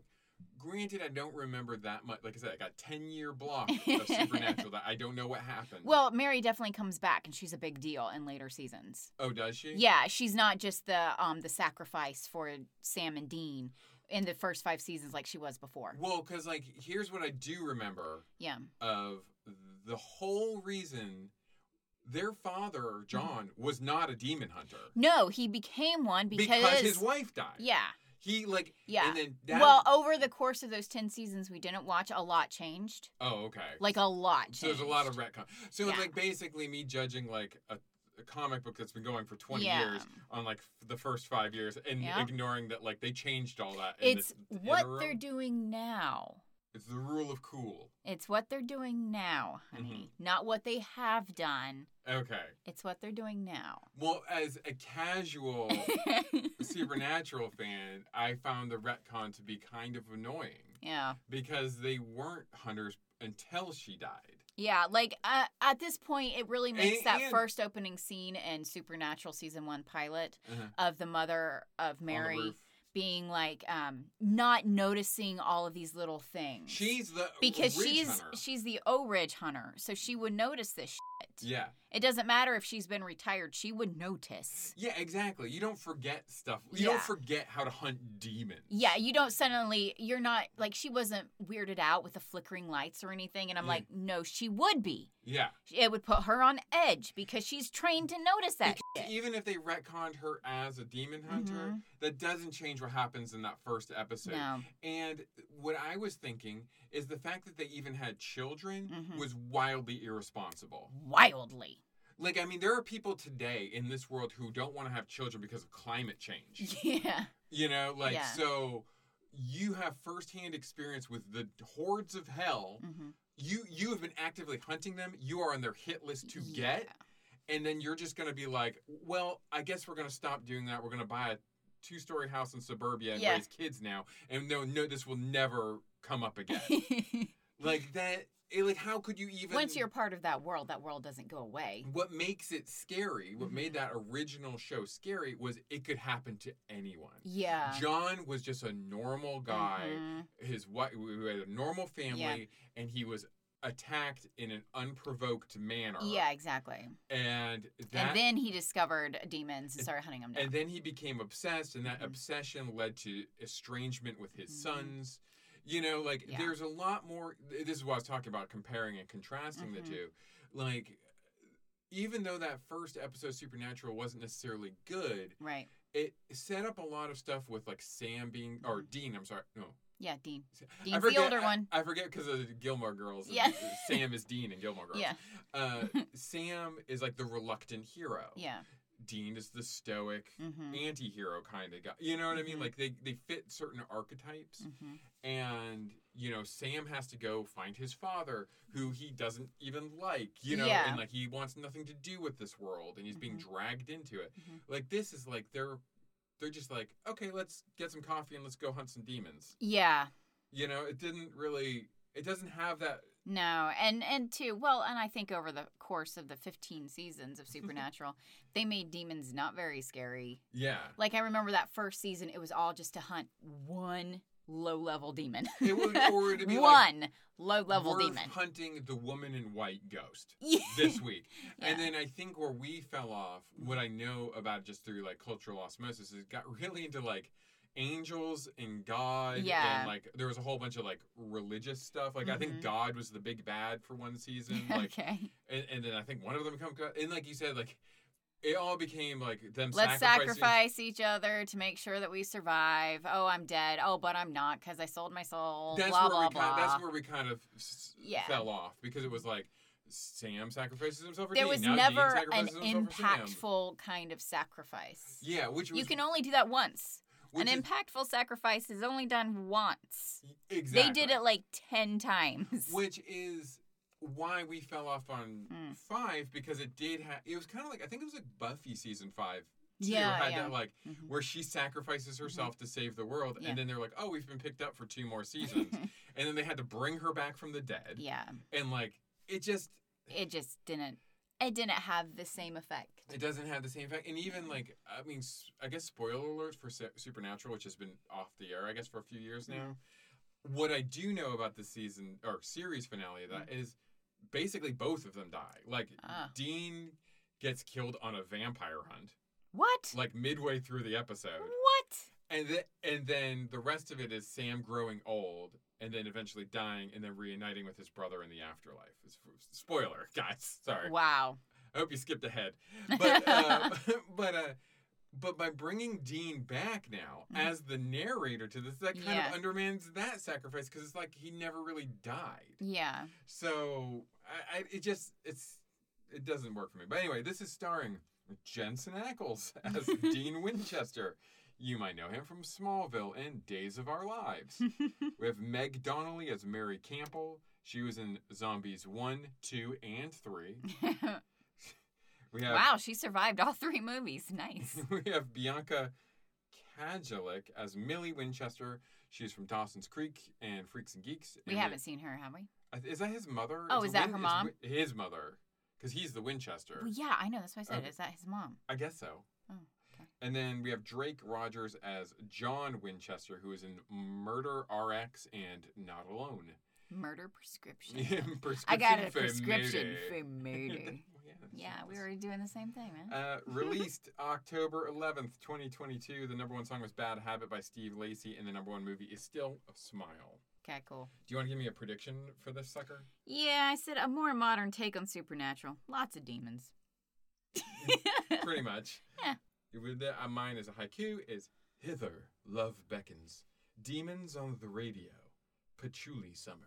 Speaker 3: Granted, I don't remember that much. Like I said, I got ten year block of Supernatural that I don't know what happened.
Speaker 2: Well, Mary definitely comes back and she's a big deal in later seasons.
Speaker 3: oh, does she?
Speaker 2: Yeah, she's not just the um the sacrifice for Sam and Dean in the first five seasons like she was before.
Speaker 3: Well, because like here's what I do remember
Speaker 2: Yeah.
Speaker 3: of the whole reason their father John was not a demon hunter
Speaker 2: No, he became one because,
Speaker 3: his wife died.
Speaker 2: Yeah.
Speaker 3: he like
Speaker 2: Yeah.
Speaker 3: And then that,
Speaker 2: well, over the course of those 10 seasons we didn't watch, a lot changed.
Speaker 3: oh okay.
Speaker 2: Like a lot changed.
Speaker 3: so there's a lot of retcon. So
Speaker 2: Yeah.
Speaker 3: it's like basically me judging like a, a comic book that's been going for 20
Speaker 2: Yeah.
Speaker 3: years on like f- the first five years and
Speaker 2: Yeah.
Speaker 3: ignoring that like they changed all that. in
Speaker 2: It's
Speaker 3: the
Speaker 2: what
Speaker 3: interim.
Speaker 2: they're doing now.
Speaker 3: It's the rule of cool. Mm-hmm.
Speaker 2: It's what they're doing now, honey. Not what they have done.
Speaker 3: Okay.
Speaker 2: It's what they're doing now.
Speaker 3: Well, as a casual Supernatural fan, I found the retcon to be kind of annoying
Speaker 2: yeah.
Speaker 3: because they weren't hunters until she died.
Speaker 2: Yeah, like uh, at this point, it really makes
Speaker 3: And-
Speaker 2: that
Speaker 3: and-
Speaker 2: first opening scene in Supernatural season one pilot
Speaker 3: Uh-huh.
Speaker 2: of the mother of
Speaker 3: on the
Speaker 2: Mary
Speaker 3: roof.
Speaker 2: being like um, not noticing all of these little things.
Speaker 3: She's the
Speaker 2: because
Speaker 3: ridge
Speaker 2: she's
Speaker 3: hunter.
Speaker 2: she's the O Ridge hunter, so she would notice this. Shit.
Speaker 3: yeah,
Speaker 2: It doesn't matter if she's been retired; she would notice.
Speaker 3: yeah, exactly. You don't forget stuff. You
Speaker 2: Yeah.
Speaker 3: don't forget how to hunt demons.
Speaker 2: Yeah, you don't suddenly. You're not like she wasn't weirded out with the flickering lights or anything. And I'm
Speaker 3: Yeah.
Speaker 2: like, no, she would be.
Speaker 3: yeah.
Speaker 2: It would put her on edge because she's trained to notice that.
Speaker 3: Because
Speaker 2: shit. Mm-hmm.
Speaker 3: even if they retconned her as a demon hunter, that doesn't change what happens in that first episode.
Speaker 2: No.
Speaker 3: And what I was thinking is the fact that they even had children
Speaker 2: Mhm.
Speaker 3: was wildly irresponsible.
Speaker 2: wildly.
Speaker 3: Like, I mean, there are people today in this world who don't want to have children because of climate change.
Speaker 2: Yeah.
Speaker 3: You know, like,
Speaker 2: Yeah.
Speaker 3: so you have firsthand experience with the hordes of hell.
Speaker 2: Mm-hmm.
Speaker 3: You you have been actively hunting them. You are on their hit list to get, and then you're just going to be like, well, I guess we're going to stop doing that. We're going to buy a two story house in suburbia and
Speaker 2: Yeah.
Speaker 3: raise kids now, and no, no, this will never come up again. like that. It, like, how could you even?
Speaker 2: Once you're part of that world, that world doesn't go away.
Speaker 3: what makes it scary,
Speaker 2: Mm-hmm.
Speaker 3: what made that original show scary, was it could happen to anyone.
Speaker 2: Yeah.
Speaker 3: John was just a normal guy.
Speaker 2: Mhm.
Speaker 3: His wife, who had a normal family, and he was attacked in an unprovoked manner.
Speaker 2: Yeah, exactly.
Speaker 3: and that,
Speaker 2: and then he discovered demons and started hunting them down.
Speaker 3: and then he became obsessed, and that
Speaker 2: Mhm.
Speaker 3: obsession led to estrangement with his
Speaker 2: Mhm.
Speaker 3: sons. You know, like
Speaker 2: Yeah.
Speaker 3: there's a lot more. th- This is what I was talking about comparing and contrasting
Speaker 2: Mhm.
Speaker 3: the two. Like, even though that first episode of Supernatural wasn't necessarily good,
Speaker 2: right.
Speaker 3: it set up a lot of stuff with like Sam being or
Speaker 2: Mm-hmm.
Speaker 3: Dean. I'm sorry, no,
Speaker 2: Yeah, Dean.
Speaker 3: I
Speaker 2: Dean's
Speaker 3: forget-
Speaker 2: the older
Speaker 3: I-
Speaker 2: one.
Speaker 3: I forget because of the Gilmore Girls. and
Speaker 2: Yeah.
Speaker 3: Sam is Dean and Gilmore Girls.
Speaker 2: Yeah.
Speaker 3: Uh, Sam is like the reluctant hero.
Speaker 2: Yeah.
Speaker 3: Dean is the stoic
Speaker 2: Mm-hmm.
Speaker 3: anti-hero kind of guy. You know what I mean?
Speaker 2: Mhm.
Speaker 3: Like they they fit certain archetypes
Speaker 2: Mm-hmm.
Speaker 3: and you know Sam has to go find his father who he doesn't even like, you know,
Speaker 2: Yeah.
Speaker 3: and like he wants nothing to do with this world and he's being
Speaker 2: Mhm.
Speaker 3: dragged into it.
Speaker 2: Mhm.
Speaker 3: Like this is like they're they're just like, okay, let's get some coffee and let's go hunt some demons.
Speaker 2: Yeah.
Speaker 3: You know, it didn't really it doesn't have that
Speaker 2: No, and and two, well, and I think over the course of the 15 seasons of Supernatural, they made demons not very scary.
Speaker 3: yeah.
Speaker 2: Like I remember that first season, it was all just to hunt one low level demon.
Speaker 3: It would or it'd be like
Speaker 2: one low level
Speaker 3: we're
Speaker 2: demon.
Speaker 3: hunting the woman in white ghost.
Speaker 2: Yeah.
Speaker 3: this week. And
Speaker 2: Yeah.
Speaker 3: then I think where we fell off, what I know about just through like cultural osmosis is it got really into like angels and God.
Speaker 2: Yeah.
Speaker 3: And like there was a whole bunch of like religious stuff. Like I
Speaker 2: Mhm.
Speaker 3: think God was the big bad for one season. Like
Speaker 2: okay.
Speaker 3: and, and then I think one of them come and like you said, like it all became like them
Speaker 2: Let's
Speaker 3: sacrificing-
Speaker 2: sacrifice each other to make sure that we survive. Oh, I'm dead. Oh, but I'm not because I sold my soul.
Speaker 3: That's
Speaker 2: blah
Speaker 3: where
Speaker 2: blah
Speaker 3: we kind
Speaker 2: blah.
Speaker 3: that's where we kind of s-
Speaker 2: Yeah.
Speaker 3: fell off because it was like Sam sacrifices himself for
Speaker 2: there
Speaker 3: Dean.
Speaker 2: was
Speaker 3: now Dean
Speaker 2: never an
Speaker 3: sacrifices himself for Sam.
Speaker 2: impactful kind of sacrifice.
Speaker 3: Yeah, which was
Speaker 2: You can only do that once. An
Speaker 3: Which is-
Speaker 2: impactful sacrifice is only done once.
Speaker 3: exactly.
Speaker 2: They did it like 10 times.
Speaker 3: which is why we fell off on
Speaker 2: Mm.
Speaker 3: five because it did have it was kind of like I think it was like Buffy season five. too,
Speaker 2: Yeah,
Speaker 3: had
Speaker 2: yeah.
Speaker 3: that like
Speaker 2: Mhm.
Speaker 3: where she sacrifices herself to save the world,
Speaker 2: Yeah.
Speaker 3: and then they're like, "Oh, we've been picked up for two more seasons," and then they had to bring her back from the dead,
Speaker 2: yeah.
Speaker 3: and like it just
Speaker 2: It just didn't it didn't have the same effect.
Speaker 3: it doesn't have the same effect. And even like I mean, s- I guess spoiler alert for Su- Supernatural, which has been off the air I guess for a few years now. What I do know about the season or series finale of that is basically both of them die. Like
Speaker 2: Ah.
Speaker 3: Dean gets killed on a vampire hunt
Speaker 2: What?
Speaker 3: like midway through the episode.
Speaker 2: Mm-hmm. What?
Speaker 3: And th- and then the rest of it is Sam growing old and then eventually dying and then reuniting with his brother in the afterlife. It's, spoiler, guys. Sorry.
Speaker 2: Wow.
Speaker 3: I hope you skipped ahead. But uh, but uh, but by bringing Dean back now
Speaker 2: Mhm.
Speaker 3: as the narrator to this, that kind
Speaker 2: Yeah.
Speaker 3: of undermines that sacrifice because it's like he never really died.
Speaker 2: Yeah.
Speaker 3: So I, I, it just it's it doesn't work for me. But anyway, this is starring Jensen Ackles as Dean Winchester. You might know him from Smallville and Days of Our Lives. we have Meg Donnelly as Mary Campbell. She was in Zombies 1, 2, and 3. We have
Speaker 2: wow, she survived all three movies. Nice.
Speaker 3: we have Bianca Kajelik as Millie Winchester. She's from Dawson's Creek and Freaks and Geeks.
Speaker 2: We
Speaker 3: and
Speaker 2: haven't seen her, have we?
Speaker 3: I- Is that his mother?
Speaker 2: Oh,
Speaker 3: It's
Speaker 2: is that her
Speaker 3: it's
Speaker 2: mom?
Speaker 3: Wi- his mother, because he's the Winchester.
Speaker 2: Well, yeah, I know. That's why I said.
Speaker 3: Okay.
Speaker 2: Is that his mom?
Speaker 3: I guess so.
Speaker 2: Oh, okay.
Speaker 3: And then we have Drake Rogers as John Winchester, who is in Murder RX and Not Alone.
Speaker 2: Murder prescription.
Speaker 3: Prescription
Speaker 2: I got a
Speaker 3: for
Speaker 2: prescription
Speaker 3: murder.
Speaker 2: for murder.
Speaker 3: Well, yeah,
Speaker 2: yeah,
Speaker 3: that's-
Speaker 2: we
Speaker 3: that's-
Speaker 2: were doing the same thing, man.
Speaker 3: Uh, released October 11th, 2022. The number one song was Bad Habit by Steve Lacy, and the number one movie is still Smile.
Speaker 2: Okay, cool.
Speaker 3: Do you want to give me a prediction for this sucker?
Speaker 2: Yeah, I said a more modern take on supernatural. Lots of demons.
Speaker 3: Pretty much.
Speaker 2: Yeah.
Speaker 3: With that, uh, mine is a haiku is Hither love beckons, demons on the radio, patchouli summer.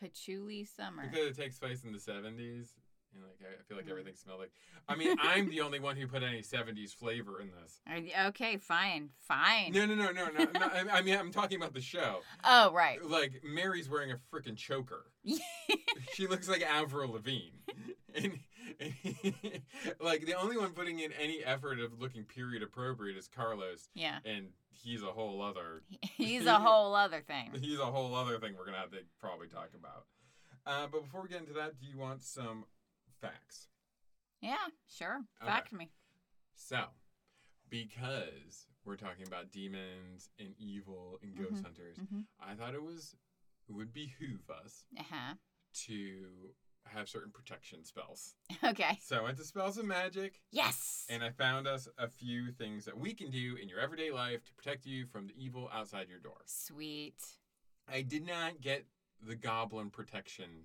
Speaker 2: Patchouli summer.
Speaker 3: Because it takes place in the 70s. And like I I feel like
Speaker 2: Mm.
Speaker 3: everything smelled like. I mean, I'm the only one who put any 70s flavor in this.
Speaker 2: Are you- Okay, fine, fine.
Speaker 3: No, no, no, no, no. no I, I mean, I'm talking about the show.
Speaker 2: Oh, right.
Speaker 3: like Mary's wearing a freaking choker. she looks like Avril Lavigne, and, and like the only one putting in any effort of looking period appropriate is Carlos,
Speaker 2: Yeah.
Speaker 3: and he's a whole other
Speaker 2: He's a whole other thing.
Speaker 3: he's a whole other thing we're gonna have to probably talk about. Uh, but before we get into that, do you want some facts?
Speaker 2: Yeah, sure.
Speaker 3: Okay.
Speaker 2: Fact me.
Speaker 3: So, because we're talking about demons and evil and ghost
Speaker 2: Mhm,
Speaker 3: hunters,
Speaker 2: mhm.
Speaker 3: I thought it was it would behoove us
Speaker 2: Uh huh.
Speaker 3: to have certain protection spells.
Speaker 2: Okay.
Speaker 3: So I went to Spells of Magic
Speaker 2: Yes.
Speaker 3: and I found us a few things that we can do in your everyday life to protect you from the evil outside your door.
Speaker 2: Sweet.
Speaker 3: I did not get the goblin protection.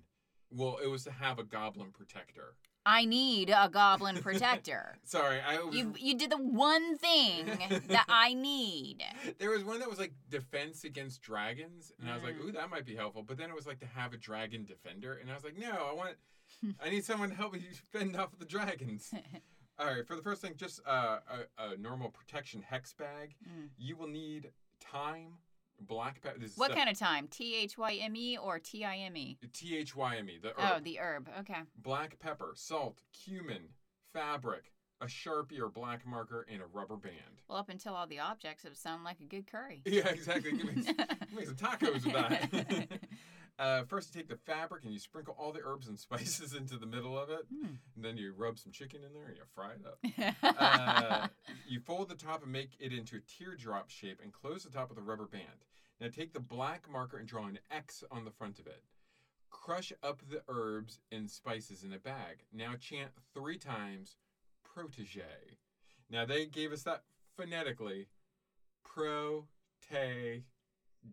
Speaker 3: Well, it was to have a goblin protector.
Speaker 2: I need a goblin protector.
Speaker 3: Sorry, I was.
Speaker 2: you you did the one thing that I need.
Speaker 3: There was one that was like defense against dragons, and I was like,
Speaker 2: Mm.
Speaker 3: "Ooh, that might be helpful." But then it was like to have a dragon defender, and I was like, "No, I want, I need someone to help me fend off the dragons." All right, for the first thing, just uh, a, a normal protection hex bag.
Speaker 2: Mm.
Speaker 3: You will need time, black pepper. This is
Speaker 2: What kind of time? T H Y M E or T I M E?
Speaker 3: of T H Y M E? The
Speaker 2: Oh,
Speaker 3: herb.
Speaker 2: the herb. Okay.
Speaker 3: black pepper, salt, cumin, fabric, a sharpie or black marker, and a rubber band.
Speaker 2: Well, up until all the objects, it would sound like a good curry.
Speaker 3: Yeah, exactly. Give me, give me some tacos with that. uh, first, you take the fabric and you sprinkle all the herbs and spices into the middle of it.
Speaker 2: Hmm.
Speaker 3: And then you rub some chicken in there and you fry it up. Uh, you fold the top and make it into a teardrop shape and close the top with a rubber band. Now take the black marker and draw an X on the front of it. Crush up the herbs and spices in a bag. Now chant three times protege. Now they gave us that phonetically pro te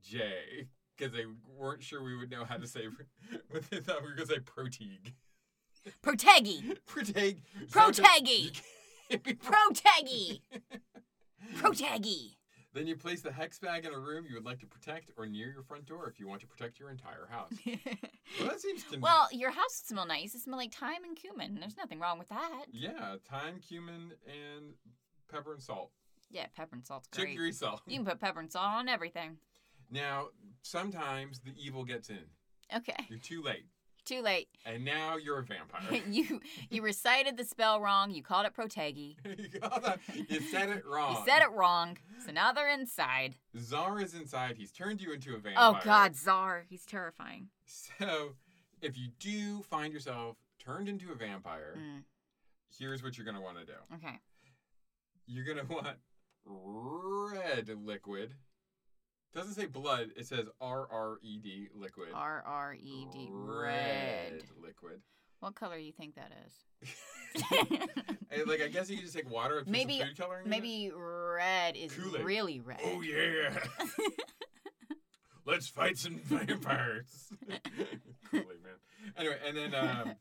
Speaker 3: j because they weren't sure we would know how to say but they thought we were going to say proteig.
Speaker 2: Protegi.
Speaker 3: Proteig.
Speaker 2: Protegi.
Speaker 3: Protegi.
Speaker 2: Protegi. Protegi.
Speaker 3: Then you place the hex bag in a room you would like to protect or near your front door if you want to protect your entire house. Well, that seems con-
Speaker 2: well, your house would smell nice. It smells like thyme and cumin. There's nothing wrong with that.
Speaker 3: yeah, thyme, cumin, and pepper and salt.
Speaker 2: Yeah, pepper and salt's
Speaker 3: Chick
Speaker 2: great.
Speaker 3: Grease Salt.
Speaker 2: You can put pepper and salt on everything.
Speaker 3: Now, sometimes the evil gets in.
Speaker 2: Okay.
Speaker 3: You're too late.
Speaker 2: Too late.
Speaker 3: And now you're a vampire.
Speaker 2: you you recited the spell wrong. You called it protegi.
Speaker 3: you, got that- you said it
Speaker 2: You
Speaker 3: wrong.
Speaker 2: said it wrong. So now they're inside.
Speaker 3: Czar is inside. He's turned you into a vampire.
Speaker 2: Oh God, Czar. He's terrifying.
Speaker 3: So, if you do find yourself turned into a vampire,
Speaker 2: Mm,
Speaker 3: here's what you're going to want to do
Speaker 2: okay.
Speaker 3: you're going to want red liquid. Doesn't say blood, it says R R E D liquid.
Speaker 2: R R E D. Red.
Speaker 3: liquid.
Speaker 2: What color do you think that is?
Speaker 3: And, like I guess you could just take water and put
Speaker 2: Maybe-
Speaker 3: some food coloring. in it.
Speaker 2: Maybe red is
Speaker 3: Kool-Aid.
Speaker 2: really red.
Speaker 3: Oh yeah. Let's fight some vampires. Holy man. Anyway, and then um,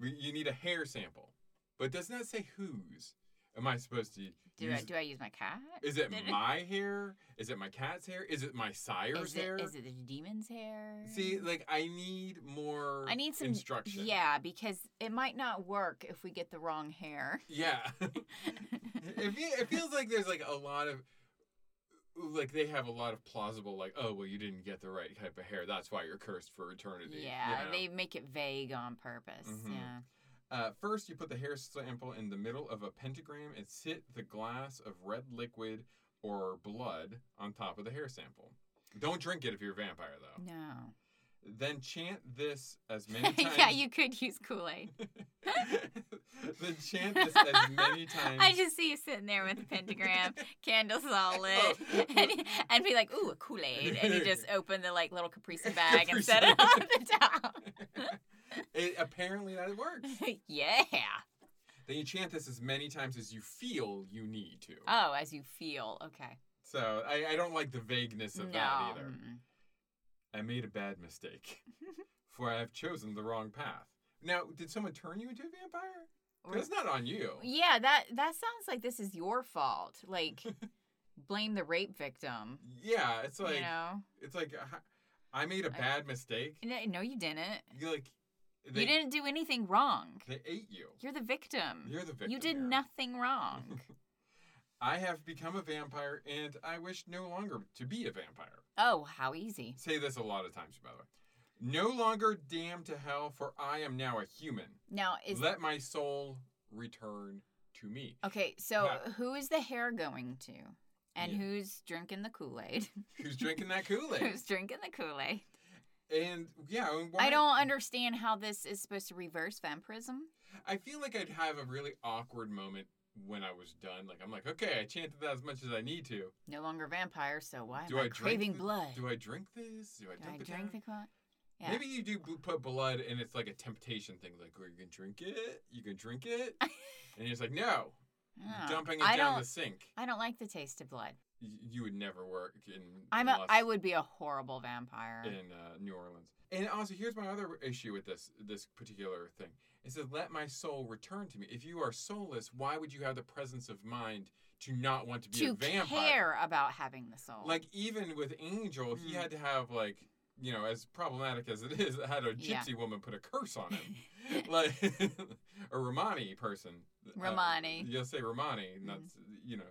Speaker 3: we- you need a hair sample, but it does not say whose. Am I supposed to?
Speaker 2: Do I,
Speaker 3: use,
Speaker 2: do I use my cat?
Speaker 3: is it
Speaker 2: Did
Speaker 3: my hair? Is it my cat's hair? Is it my sire's
Speaker 2: Is
Speaker 3: hair?
Speaker 2: it, is it the demon's hair?
Speaker 3: See, like I need more.
Speaker 2: Mm. I need some
Speaker 3: instruction.
Speaker 2: Yeah, because it might not work if we get the wrong hair.
Speaker 3: Yeah. it, fe- it feels like there's like a lot of like they have a lot of plausible like oh well you didn't get the right type of hair that's why you're cursed for eternity.
Speaker 2: yeah,
Speaker 3: you know?
Speaker 2: they make it vague on purpose.
Speaker 3: Mhm.
Speaker 2: Yeah.
Speaker 3: Uh, first, you put the hair sample in the middle of a pentagram and sit the glass of red liquid or blood on top of the hair sample. Don't drink it if you're a vampire though.
Speaker 2: No.
Speaker 3: Then chant this as many times.
Speaker 2: yeah, you could use Kool Aid.
Speaker 3: then chant this as many times.
Speaker 2: I just see you sitting there with a pentagram, candles all lit,
Speaker 3: Oh.
Speaker 2: and, and be like, "Ooh, a Kool Aid," and you just open the like little caprese bag
Speaker 3: Capri
Speaker 2: and set it
Speaker 3: Sun.
Speaker 2: on the top.
Speaker 3: it, apparently that works.
Speaker 2: yeah.
Speaker 3: Then you chant this as many times as you feel you need to.
Speaker 2: Oh, as you feel. Okay.
Speaker 3: so I, I don't like the vagueness of
Speaker 2: no.
Speaker 3: that either.
Speaker 2: mm-mm.
Speaker 3: I made a bad mistake, for I have chosen the wrong path. Now, did someone turn you into a vampire? 'Cause
Speaker 2: Or-
Speaker 3: It's not on you.
Speaker 2: Yeah, that that sounds like this is your fault. Like, blame the rape victim.
Speaker 3: Yeah, it's like
Speaker 2: you know?
Speaker 3: it's like uh, I made a
Speaker 2: I-
Speaker 3: bad mistake.
Speaker 2: No, no, you didn't.
Speaker 3: You like they,
Speaker 2: You didn't do anything wrong.
Speaker 3: They ate you.
Speaker 2: You're the victim.
Speaker 3: You're the victim.
Speaker 2: you did
Speaker 3: here.
Speaker 2: nothing wrong.
Speaker 3: I have become a vampire, and I wish no longer to be a vampire.
Speaker 2: oh, how easy.
Speaker 3: Say this a lot of times, by the way. No longer damned to hell, for I am now a human.
Speaker 2: Now is
Speaker 3: Let my soul return to me.
Speaker 2: okay. So
Speaker 3: Yeah.
Speaker 2: who is the hair going to, and
Speaker 3: Yeah.
Speaker 2: who's drinking the Kool Aid?
Speaker 3: Who's drinking that Kool Aid?
Speaker 2: who's drinking the Kool Aid?
Speaker 3: and yeah, and why,
Speaker 2: I don't understand how this is supposed to reverse vampirism.
Speaker 3: I feel like I'd have a really awkward moment when I was done. Like I'm like, okay, I chanted that as much as I need to.
Speaker 2: No longer vampire, so why am
Speaker 3: do
Speaker 2: I,
Speaker 3: drink
Speaker 2: craving
Speaker 3: thi-
Speaker 2: blood?
Speaker 3: Do I drink this? Do I
Speaker 2: Do I
Speaker 3: dump it
Speaker 2: drink the
Speaker 3: down?
Speaker 2: Kool Aid? Yeah.
Speaker 3: Maybe you do b- put blood, and it's like a temptation thing. Like, oh, you can drink it, you can drink it, and you're just like, no,
Speaker 2: Ah,
Speaker 3: dumping it
Speaker 2: I
Speaker 3: down
Speaker 2: don't,
Speaker 3: the sink.
Speaker 2: I don't like the taste of blood.
Speaker 3: Y- You would never work in.
Speaker 2: I'm a,
Speaker 3: lust-
Speaker 2: I would be a horrible vampire.
Speaker 3: in uh, New Orleans. And also, here's my other issue with this this particular thing. It says, "Let my soul return to me." If you are soulless, why would you have the presence of mind to not want to be a
Speaker 2: to
Speaker 3: vampire?
Speaker 2: care about having the soul.
Speaker 3: Like even with Angel, he
Speaker 2: Mm.
Speaker 3: had to have like you know, as problematic as it is, had a
Speaker 2: Yeah.
Speaker 3: gypsy woman put a curse on him, like a Romani person. Uh,
Speaker 2: Romani.
Speaker 3: you'll say Romani, and
Speaker 2: Mm.
Speaker 3: that's you know.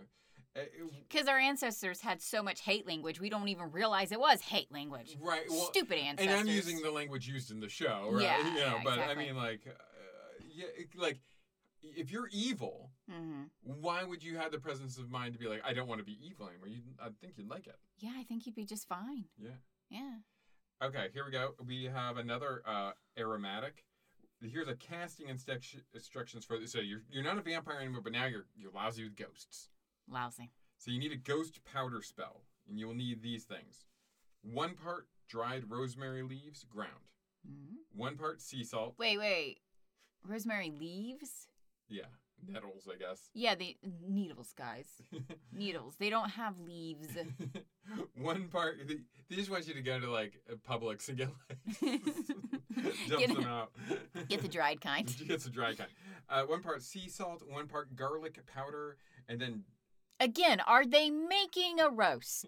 Speaker 3: uh, it-
Speaker 2: because our ancestors had so much hate language, we don't even realize it was hate language.
Speaker 3: Right. Well,
Speaker 2: Stupid
Speaker 3: and
Speaker 2: ancestors.
Speaker 3: I'm using the language used in the show, right?
Speaker 2: Yeah,
Speaker 3: you know,
Speaker 2: yeah,
Speaker 3: but
Speaker 2: exactly.
Speaker 3: I mean, like, uh, yeah, it- like if you're evil,
Speaker 2: hmm
Speaker 3: why would you have the presence of mind to be like, I don't want to be evil anymore? You, I think you'd like it.
Speaker 2: Yeah, I think you'd be just fine.
Speaker 3: Yeah.
Speaker 2: Yeah.
Speaker 3: Okay, here we go. We have another uh, aromatic. Here's a casting instruction, instructions for this. So you're you're not a vampire anymore, but now you're you're lousy with ghosts.
Speaker 2: Lousy.
Speaker 3: So you need a ghost powder spell, and you'll need these things: one part dried rosemary leaves ground,
Speaker 2: Mhm.
Speaker 3: one part sea salt.
Speaker 2: Wait, wait. Rosemary leaves?
Speaker 3: Yeah, nettles, I guess.
Speaker 2: Yeah, they needles, guys. Needles. They don't have leaves.
Speaker 3: One part, they, they just want you to go to like Publix and get like dump
Speaker 2: Get-
Speaker 3: them out.
Speaker 2: Get the dried kind.
Speaker 3: Get the dry kind. Uh, one part sea salt, one part garlic powder, and then
Speaker 2: Again, are they making a roast?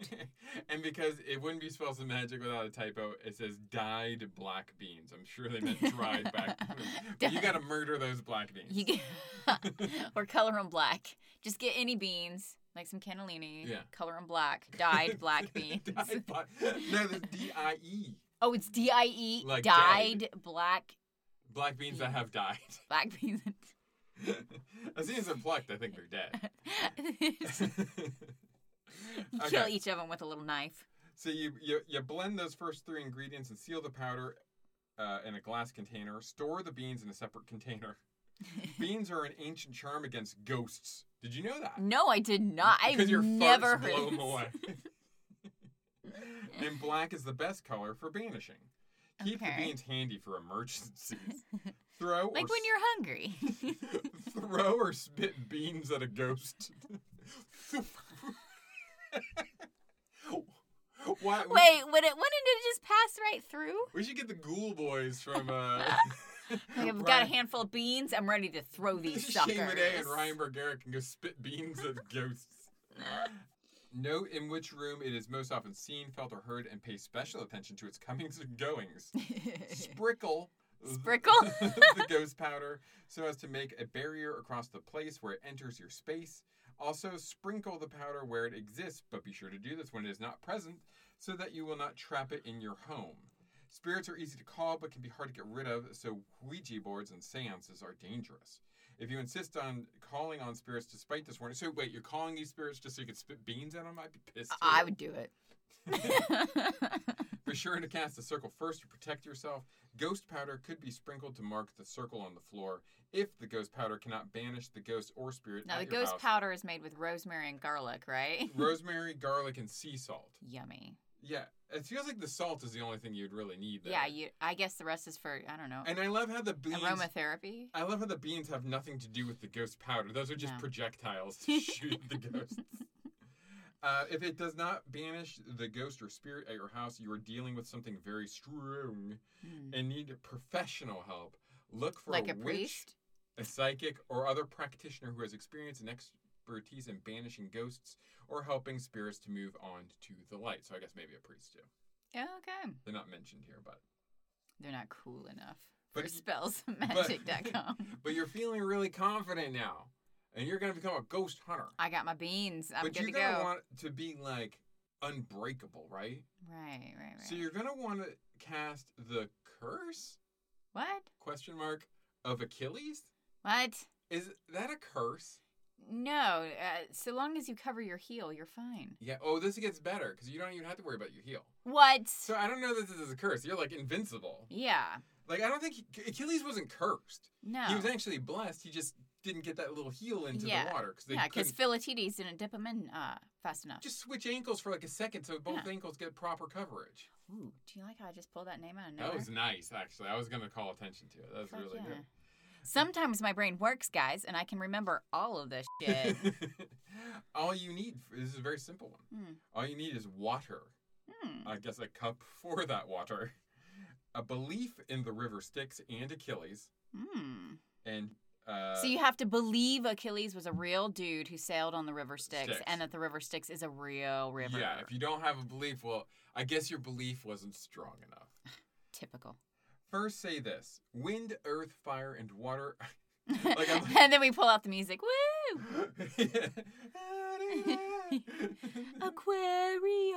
Speaker 3: and because it wouldn't be spells of magic without a typo, it says dyed black beans. I'm sure they meant dried black. but you got to murder those black beans.
Speaker 2: You get, or color them black. Just get any beans, like some cannellini,
Speaker 3: Yeah.
Speaker 2: color in black, dyed black beans.
Speaker 3: Dyed black- No, that's D I E.
Speaker 2: oh, it's D I E,
Speaker 3: Like
Speaker 2: dyed
Speaker 3: dyed.
Speaker 2: black
Speaker 3: Black beans that have died.
Speaker 2: black beans.
Speaker 3: as soon as they're plucked, I think they're dead.
Speaker 2: You
Speaker 3: Okay.
Speaker 2: Kill each of them with a little knife.
Speaker 3: So you, you you blend those first three ingredients and seal the powder uh, in a glass container. Store the beans in a separate container. beans are an ancient charm against ghosts. Did you know that?
Speaker 2: No, I did not. I've
Speaker 3: Because your
Speaker 2: never heard.
Speaker 3: farts blow
Speaker 2: of
Speaker 3: 'em
Speaker 2: this.
Speaker 3: away. and black is the best color for banishing. Keep
Speaker 2: Okay.
Speaker 3: the beans handy for emergencies. Throw or
Speaker 2: Like when you're hungry.
Speaker 3: throw or spit beans at a ghost. Why? we-
Speaker 2: Wait, would it? Wouldn't it just pass right through?
Speaker 3: We should get the ghoul boys from. Uh,
Speaker 2: Like, I've got a
Speaker 3: Ryan-
Speaker 2: handful of beans. I'm ready to throw these
Speaker 3: Shane
Speaker 2: suckers.
Speaker 3: Monet and Ryan Bergera can go spit beans at ghosts. Note in which room it is most often seen, felt, or heard, and pay special attention to its comings and goings. Sprinkle. th-
Speaker 2: Sprinkle?
Speaker 3: the ghost powder so as to make a barrier across the place where it enters your space. Also, sprinkle the powder where it exists, but be sure to do this when it is not present so that you will not trap it in your home. Spirits are easy to call but can be hard to get rid of, so Ouija boards and seances are dangerous. If you insist on calling on spirits despite this warning, so wait, you're calling these spirits just so you can spit beans at them? I'd be pissed.
Speaker 2: I
Speaker 3: too.
Speaker 2: would do it.
Speaker 3: Be sure to cast the circle first to protect yourself. Ghost powder could be sprinkled to mark the circle on the floor if the ghost powder cannot banish the ghost or spirit.
Speaker 2: now
Speaker 3: at
Speaker 2: the
Speaker 3: your
Speaker 2: ghost
Speaker 3: house.
Speaker 2: powder is made with rosemary and garlic, right?
Speaker 3: rosemary, garlic, and sea salt.
Speaker 2: Yummy.
Speaker 3: Yeah, it feels like the salt is the only thing you'd really need. There.
Speaker 2: Yeah, you. I guess the rest is for I don't know
Speaker 3: And I love how the beans.
Speaker 2: aromatherapy.
Speaker 3: I love how the beans have nothing to do with the ghost powder. Those are just
Speaker 2: No.
Speaker 3: projectiles to shoot at the ghosts. Uh, if it does not banish the ghost or spirit at your house, you are dealing with something very strong.
Speaker 2: Mm.
Speaker 3: and need professional help, look for
Speaker 2: Like
Speaker 3: a,
Speaker 2: a
Speaker 3: witch,
Speaker 2: priest.
Speaker 3: a psychic, or other practitioner who has experience and expertise in banishing ghosts or helping spirits to move on to the light. So I guess maybe a priest too.
Speaker 2: Yeah, okay.
Speaker 3: They're not mentioned here, but
Speaker 2: They're not cool enough for
Speaker 3: But y-
Speaker 2: spellsmagic.com.
Speaker 3: but you're feeling really confident now, and you're gonna become a ghost hunter.
Speaker 2: I got my beans. I'm
Speaker 3: but
Speaker 2: good
Speaker 3: you're
Speaker 2: to
Speaker 3: gonna
Speaker 2: go.
Speaker 3: want to be like unbreakable, right?
Speaker 2: Right, right, right.
Speaker 3: So you're gonna want to cast the curse
Speaker 2: what?
Speaker 3: question mark of Achilles.
Speaker 2: What?
Speaker 3: Is that a curse?
Speaker 2: No. Uh, so long as you cover your heel, you're fine.
Speaker 3: Yeah. Oh, this gets better because you don't even have to worry about your heel.
Speaker 2: What?
Speaker 3: So I don't know that this is a curse. You're like invincible.
Speaker 2: yeah.
Speaker 3: Like I don't think he- Achilles wasn't cursed.
Speaker 2: No.
Speaker 3: He was actually blessed. He just didn't get that little heel into
Speaker 2: Yeah.
Speaker 3: the water because they
Speaker 2: yeah, because
Speaker 3: couldn't
Speaker 2: Philotides didn't dip him in uh, fast enough.
Speaker 3: just switch ankles for like a second so both
Speaker 2: Yeah.
Speaker 3: ankles get proper coverage.
Speaker 2: Ooh, do you like how I just pulled that name out of nowhere?
Speaker 3: That was nice, actually. I was gonna call attention to it. That was
Speaker 2: Fuck
Speaker 3: really
Speaker 2: yeah. Sometimes my brain works, guys, and I can remember all of this shit.
Speaker 3: good. All you need this is a very simple one.
Speaker 2: hmm.
Speaker 3: All you need is water.
Speaker 2: Hmm.
Speaker 3: I guess a cup for that water, a belief in the river Styx and Achilles,
Speaker 2: Hmm.
Speaker 3: and uh,
Speaker 2: So you have to believe Achilles was a real dude who sailed on the River Styx,
Speaker 3: Styx.
Speaker 2: and that the River Styx is a real river.
Speaker 3: Yeah, if you don't have a belief, well, I guess your belief wasn't strong enough.
Speaker 2: Typical.
Speaker 3: First, say this wind, earth, fire, and water. Like, I'm-
Speaker 2: and then we pull out the music. Woo! Aquarius.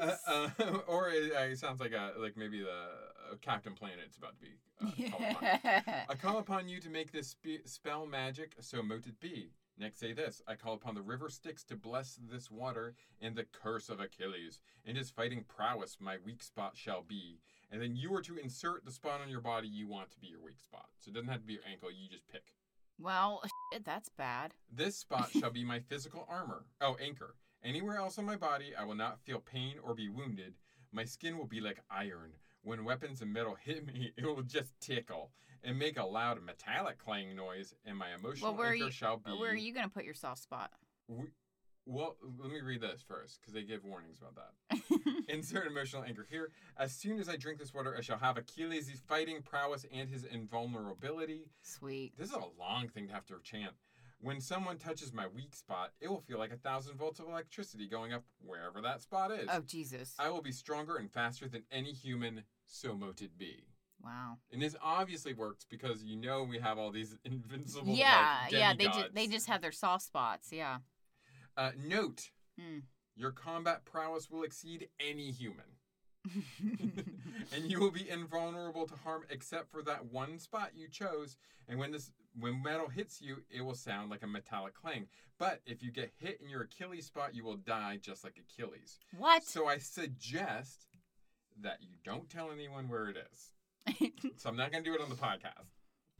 Speaker 3: Uh, uh, or it, uh, it sounds like a, like maybe the uh, Captain Planet's about to be. Uh, called upon. I call upon you to make this spe- spell magic, so mote it be. Next, say this I call upon the river Styx to bless this water and the curse of Achilles. In his fighting prowess, my weak spot shall be. And then you are to insert the spot on your body you want to be your weak spot. So it doesn't have to be your ankle, you just pick.
Speaker 2: well, shit, that's bad.
Speaker 3: This spot shall be my physical armor. Oh, anchor. Anywhere else on my body, I will not feel pain or be wounded. My skin will be like iron. When weapons and metal hit me, it will just tickle and make a loud metallic clang noise, and my emotional
Speaker 2: Well, where are
Speaker 3: anchor
Speaker 2: you?
Speaker 3: shall be.
Speaker 2: Where are you going to put your soft spot?
Speaker 3: We, well, let me read this first because they give warnings about that. Insert emotional anchor here. As soon as I drink this water, I shall have Achilles' fighting prowess and his invulnerability.
Speaker 2: Sweet.
Speaker 3: This is a long thing to have to chant. When someone touches my weak spot, it will feel like a thousand volts of electricity going up wherever that spot is.
Speaker 2: Oh Jesus!
Speaker 3: I will be stronger and faster than any human, so moted be.
Speaker 2: Wow.
Speaker 3: And this obviously works because you know we have all these invincible.
Speaker 2: Yeah,
Speaker 3: like,
Speaker 2: yeah. They
Speaker 3: demigods.
Speaker 2: just they just have their soft spots. Yeah.
Speaker 3: Uh, note
Speaker 2: Mm.
Speaker 3: your combat prowess will exceed any human, and you will be invulnerable to harm except for that one spot you chose. And when this when metal hits you, it will sound like a metallic clang. But if you get hit in your Achilles spot, you will die just like Achilles.
Speaker 2: what?
Speaker 3: So I suggest that you don't tell anyone where it is. So I'm not going to do it on the podcast.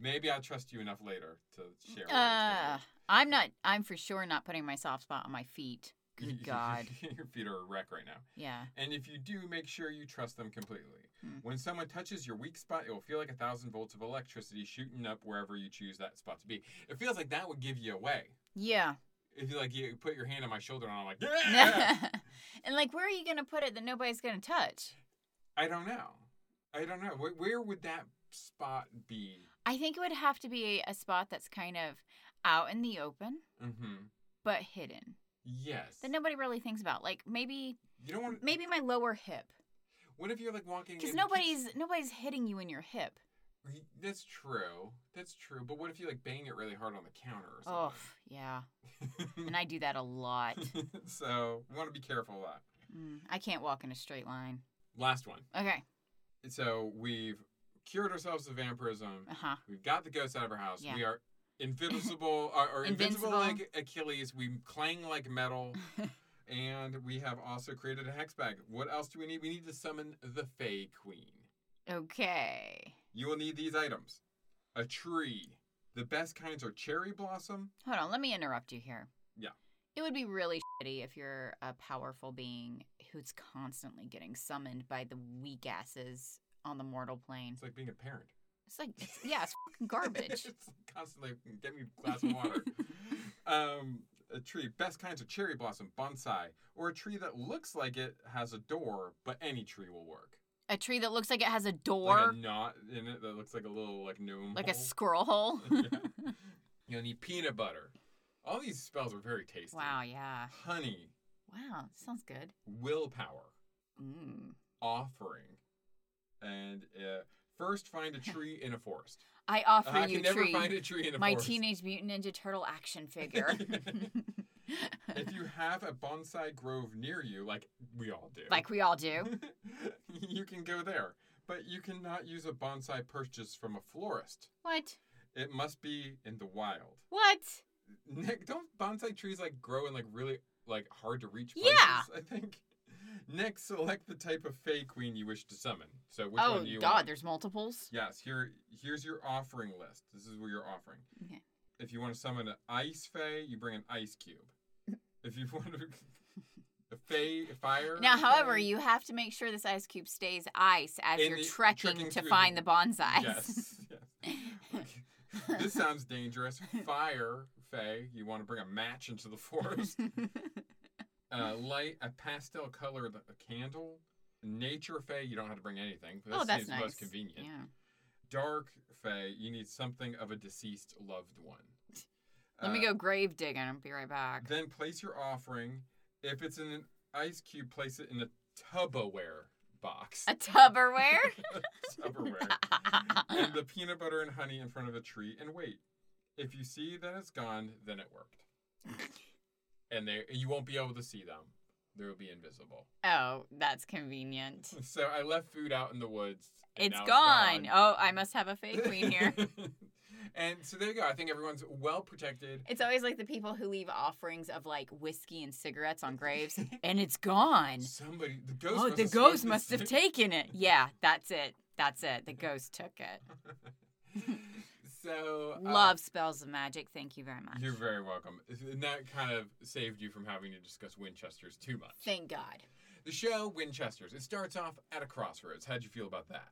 Speaker 3: Maybe I trust you enough later to share. where
Speaker 2: uh,
Speaker 3: it's
Speaker 2: I'm not. I'm for sure not putting my soft spot on my feet.
Speaker 3: gonna
Speaker 2: Good
Speaker 3: be.
Speaker 2: God.
Speaker 3: Your feet are a wreck right now.
Speaker 2: Yeah.
Speaker 3: And if you do, make sure you trust them completely.
Speaker 2: Hmm.
Speaker 3: When someone touches your weak spot, it will feel like a thousand volts of electricity shooting up wherever you choose that spot to be. It feels like that would give you away.
Speaker 2: Yeah.
Speaker 3: If you like, you put your hand on my shoulder and I'm like, yeah.
Speaker 2: and like, where are you gonna put it that nobody's gonna touch?
Speaker 3: I don't know. I don't know. Where, where would that spot be?
Speaker 2: I think it would have to be a spot that's kind of out in the open
Speaker 3: Mm-hmm.
Speaker 2: but hidden
Speaker 3: Yes.
Speaker 2: that nobody really thinks about. Like maybe,
Speaker 3: you don't want.
Speaker 2: maybe my lower hip,
Speaker 3: What if you're like walking?
Speaker 2: because
Speaker 3: and you keep-
Speaker 2: nobody's nobody's hitting you in your hip.
Speaker 3: That's true. That's true. But what if you like bang it really hard on the counter or
Speaker 2: Oh,
Speaker 3: something?
Speaker 2: yeah. And I do that a lot.
Speaker 3: so we want to be careful of that.
Speaker 2: Mm, I can't walk in a straight line.
Speaker 3: Last one.
Speaker 2: Okay.
Speaker 3: So we've cured ourselves of vampirism.
Speaker 2: Uh huh.
Speaker 3: We've got the ghost out of our house.
Speaker 2: Yeah.
Speaker 3: We are invincible or, or invincible
Speaker 2: Invincible.
Speaker 3: like Achilles. We clang like metal. and we have also created a hex bag. What else do we need? We need to summon the Fae Queen.
Speaker 2: Okay.
Speaker 3: You will need these items. A tree. The best kinds are cherry blossom.
Speaker 2: Hold on. Let me interrupt you here.
Speaker 3: Yeah.
Speaker 2: It would be really shitty if you're a powerful being who's constantly getting summoned by the weak asses on the mortal plane.
Speaker 3: It's like being a parent.
Speaker 2: It's like, it's, yeah, it's fucking garbage.
Speaker 3: It's constantly get me a glass of water. um, a tree, best kinds of cherry blossom, bonsai, or a tree that looks like it has a door, but any tree will work.
Speaker 2: A tree that looks like it has a
Speaker 3: like
Speaker 2: door,
Speaker 3: a knot in it that looks like a little like gnome.
Speaker 2: like a
Speaker 3: hole.
Speaker 2: squirrel hole.
Speaker 3: Yeah. You'll need peanut butter. All these spells are very tasty.
Speaker 2: wow. Yeah.
Speaker 3: Honey,
Speaker 2: Wow. Sounds good.
Speaker 3: willpower,
Speaker 2: Mm.
Speaker 3: offering, and uh, first find a tree in a forest. Uh,
Speaker 2: I offer
Speaker 3: I
Speaker 2: you
Speaker 3: can never
Speaker 2: tree,
Speaker 3: find a tree in a
Speaker 2: my
Speaker 3: forest.
Speaker 2: Teenage Mutant Ninja Turtle action figure.
Speaker 3: if you have a bonsai grove near you, like we all do,
Speaker 2: like we all
Speaker 3: Mm-hmm.
Speaker 2: do.
Speaker 3: you can go there. But you cannot use a bonsai purchase from a florist.
Speaker 2: What?
Speaker 3: It must be in the wild.
Speaker 2: What?
Speaker 3: Nick, don't bonsai trees like grow in like really like hard to reach places?
Speaker 2: Yeah.
Speaker 3: I think. Next, select the type of Fey Queen you wish to summon. So which one
Speaker 2: oh
Speaker 3: do you
Speaker 2: God,
Speaker 3: want?
Speaker 2: there's multiples.
Speaker 3: Yes, here here's your offering list. This is where you're offering.
Speaker 2: Okay.
Speaker 3: If you want to summon an ice fey, you bring an ice cube. if you want to a fey fire.
Speaker 2: Now, however,
Speaker 3: fey-
Speaker 2: you have to make sure this ice cube stays ice as
Speaker 3: In
Speaker 2: you're
Speaker 3: the-
Speaker 2: trekking,
Speaker 3: trekking
Speaker 2: to
Speaker 3: through
Speaker 2: find
Speaker 3: the-
Speaker 2: the bonsais.
Speaker 3: Yes. yes. Okay. this sounds dangerous. Fire fey, you want to bring a match into the forest. uh, light a pastel colored candle. Nature fey, you don't have to bring anything. But
Speaker 2: oh, that's
Speaker 3: seems
Speaker 2: nice.
Speaker 3: most convenient.
Speaker 2: Yeah.
Speaker 3: Dark fey, you need something of a deceased loved one.
Speaker 2: Let me
Speaker 3: Uh,
Speaker 2: go grave digging. I'll be right back.
Speaker 3: Then place your offering. If it's in an ice cube, place it in a Tupperware box.
Speaker 2: A Tupperware.
Speaker 3: Tupperware. and the peanut butter and honey in front of a tree and wait. If you see that it's gone, then it worked. and they you won't be able to see them. They'll be invisible.
Speaker 2: oh, that's convenient.
Speaker 3: So I left food out in the woods. and
Speaker 2: It's
Speaker 3: now
Speaker 2: gone. Oh, I must have a fake queen here.
Speaker 3: and so there you go. I think everyone's well protected.
Speaker 2: It's always like the people who leave offerings of like whiskey and cigarettes on graves, and it's gone.
Speaker 3: Somebody the ghost
Speaker 2: Oh,
Speaker 3: must
Speaker 2: the
Speaker 3: have
Speaker 2: ghost
Speaker 3: smoked
Speaker 2: must
Speaker 3: this-
Speaker 2: have taken it. Yeah, that's it. That's it. The ghost took it.
Speaker 3: so uh,
Speaker 2: Love spells of magic. Thank you very much.
Speaker 3: You're very welcome. And that kind of saved you from having to discuss Winchesters too much.
Speaker 2: Thank God.
Speaker 3: The show Winchesters. It starts off at a crossroads. How'd you feel about that?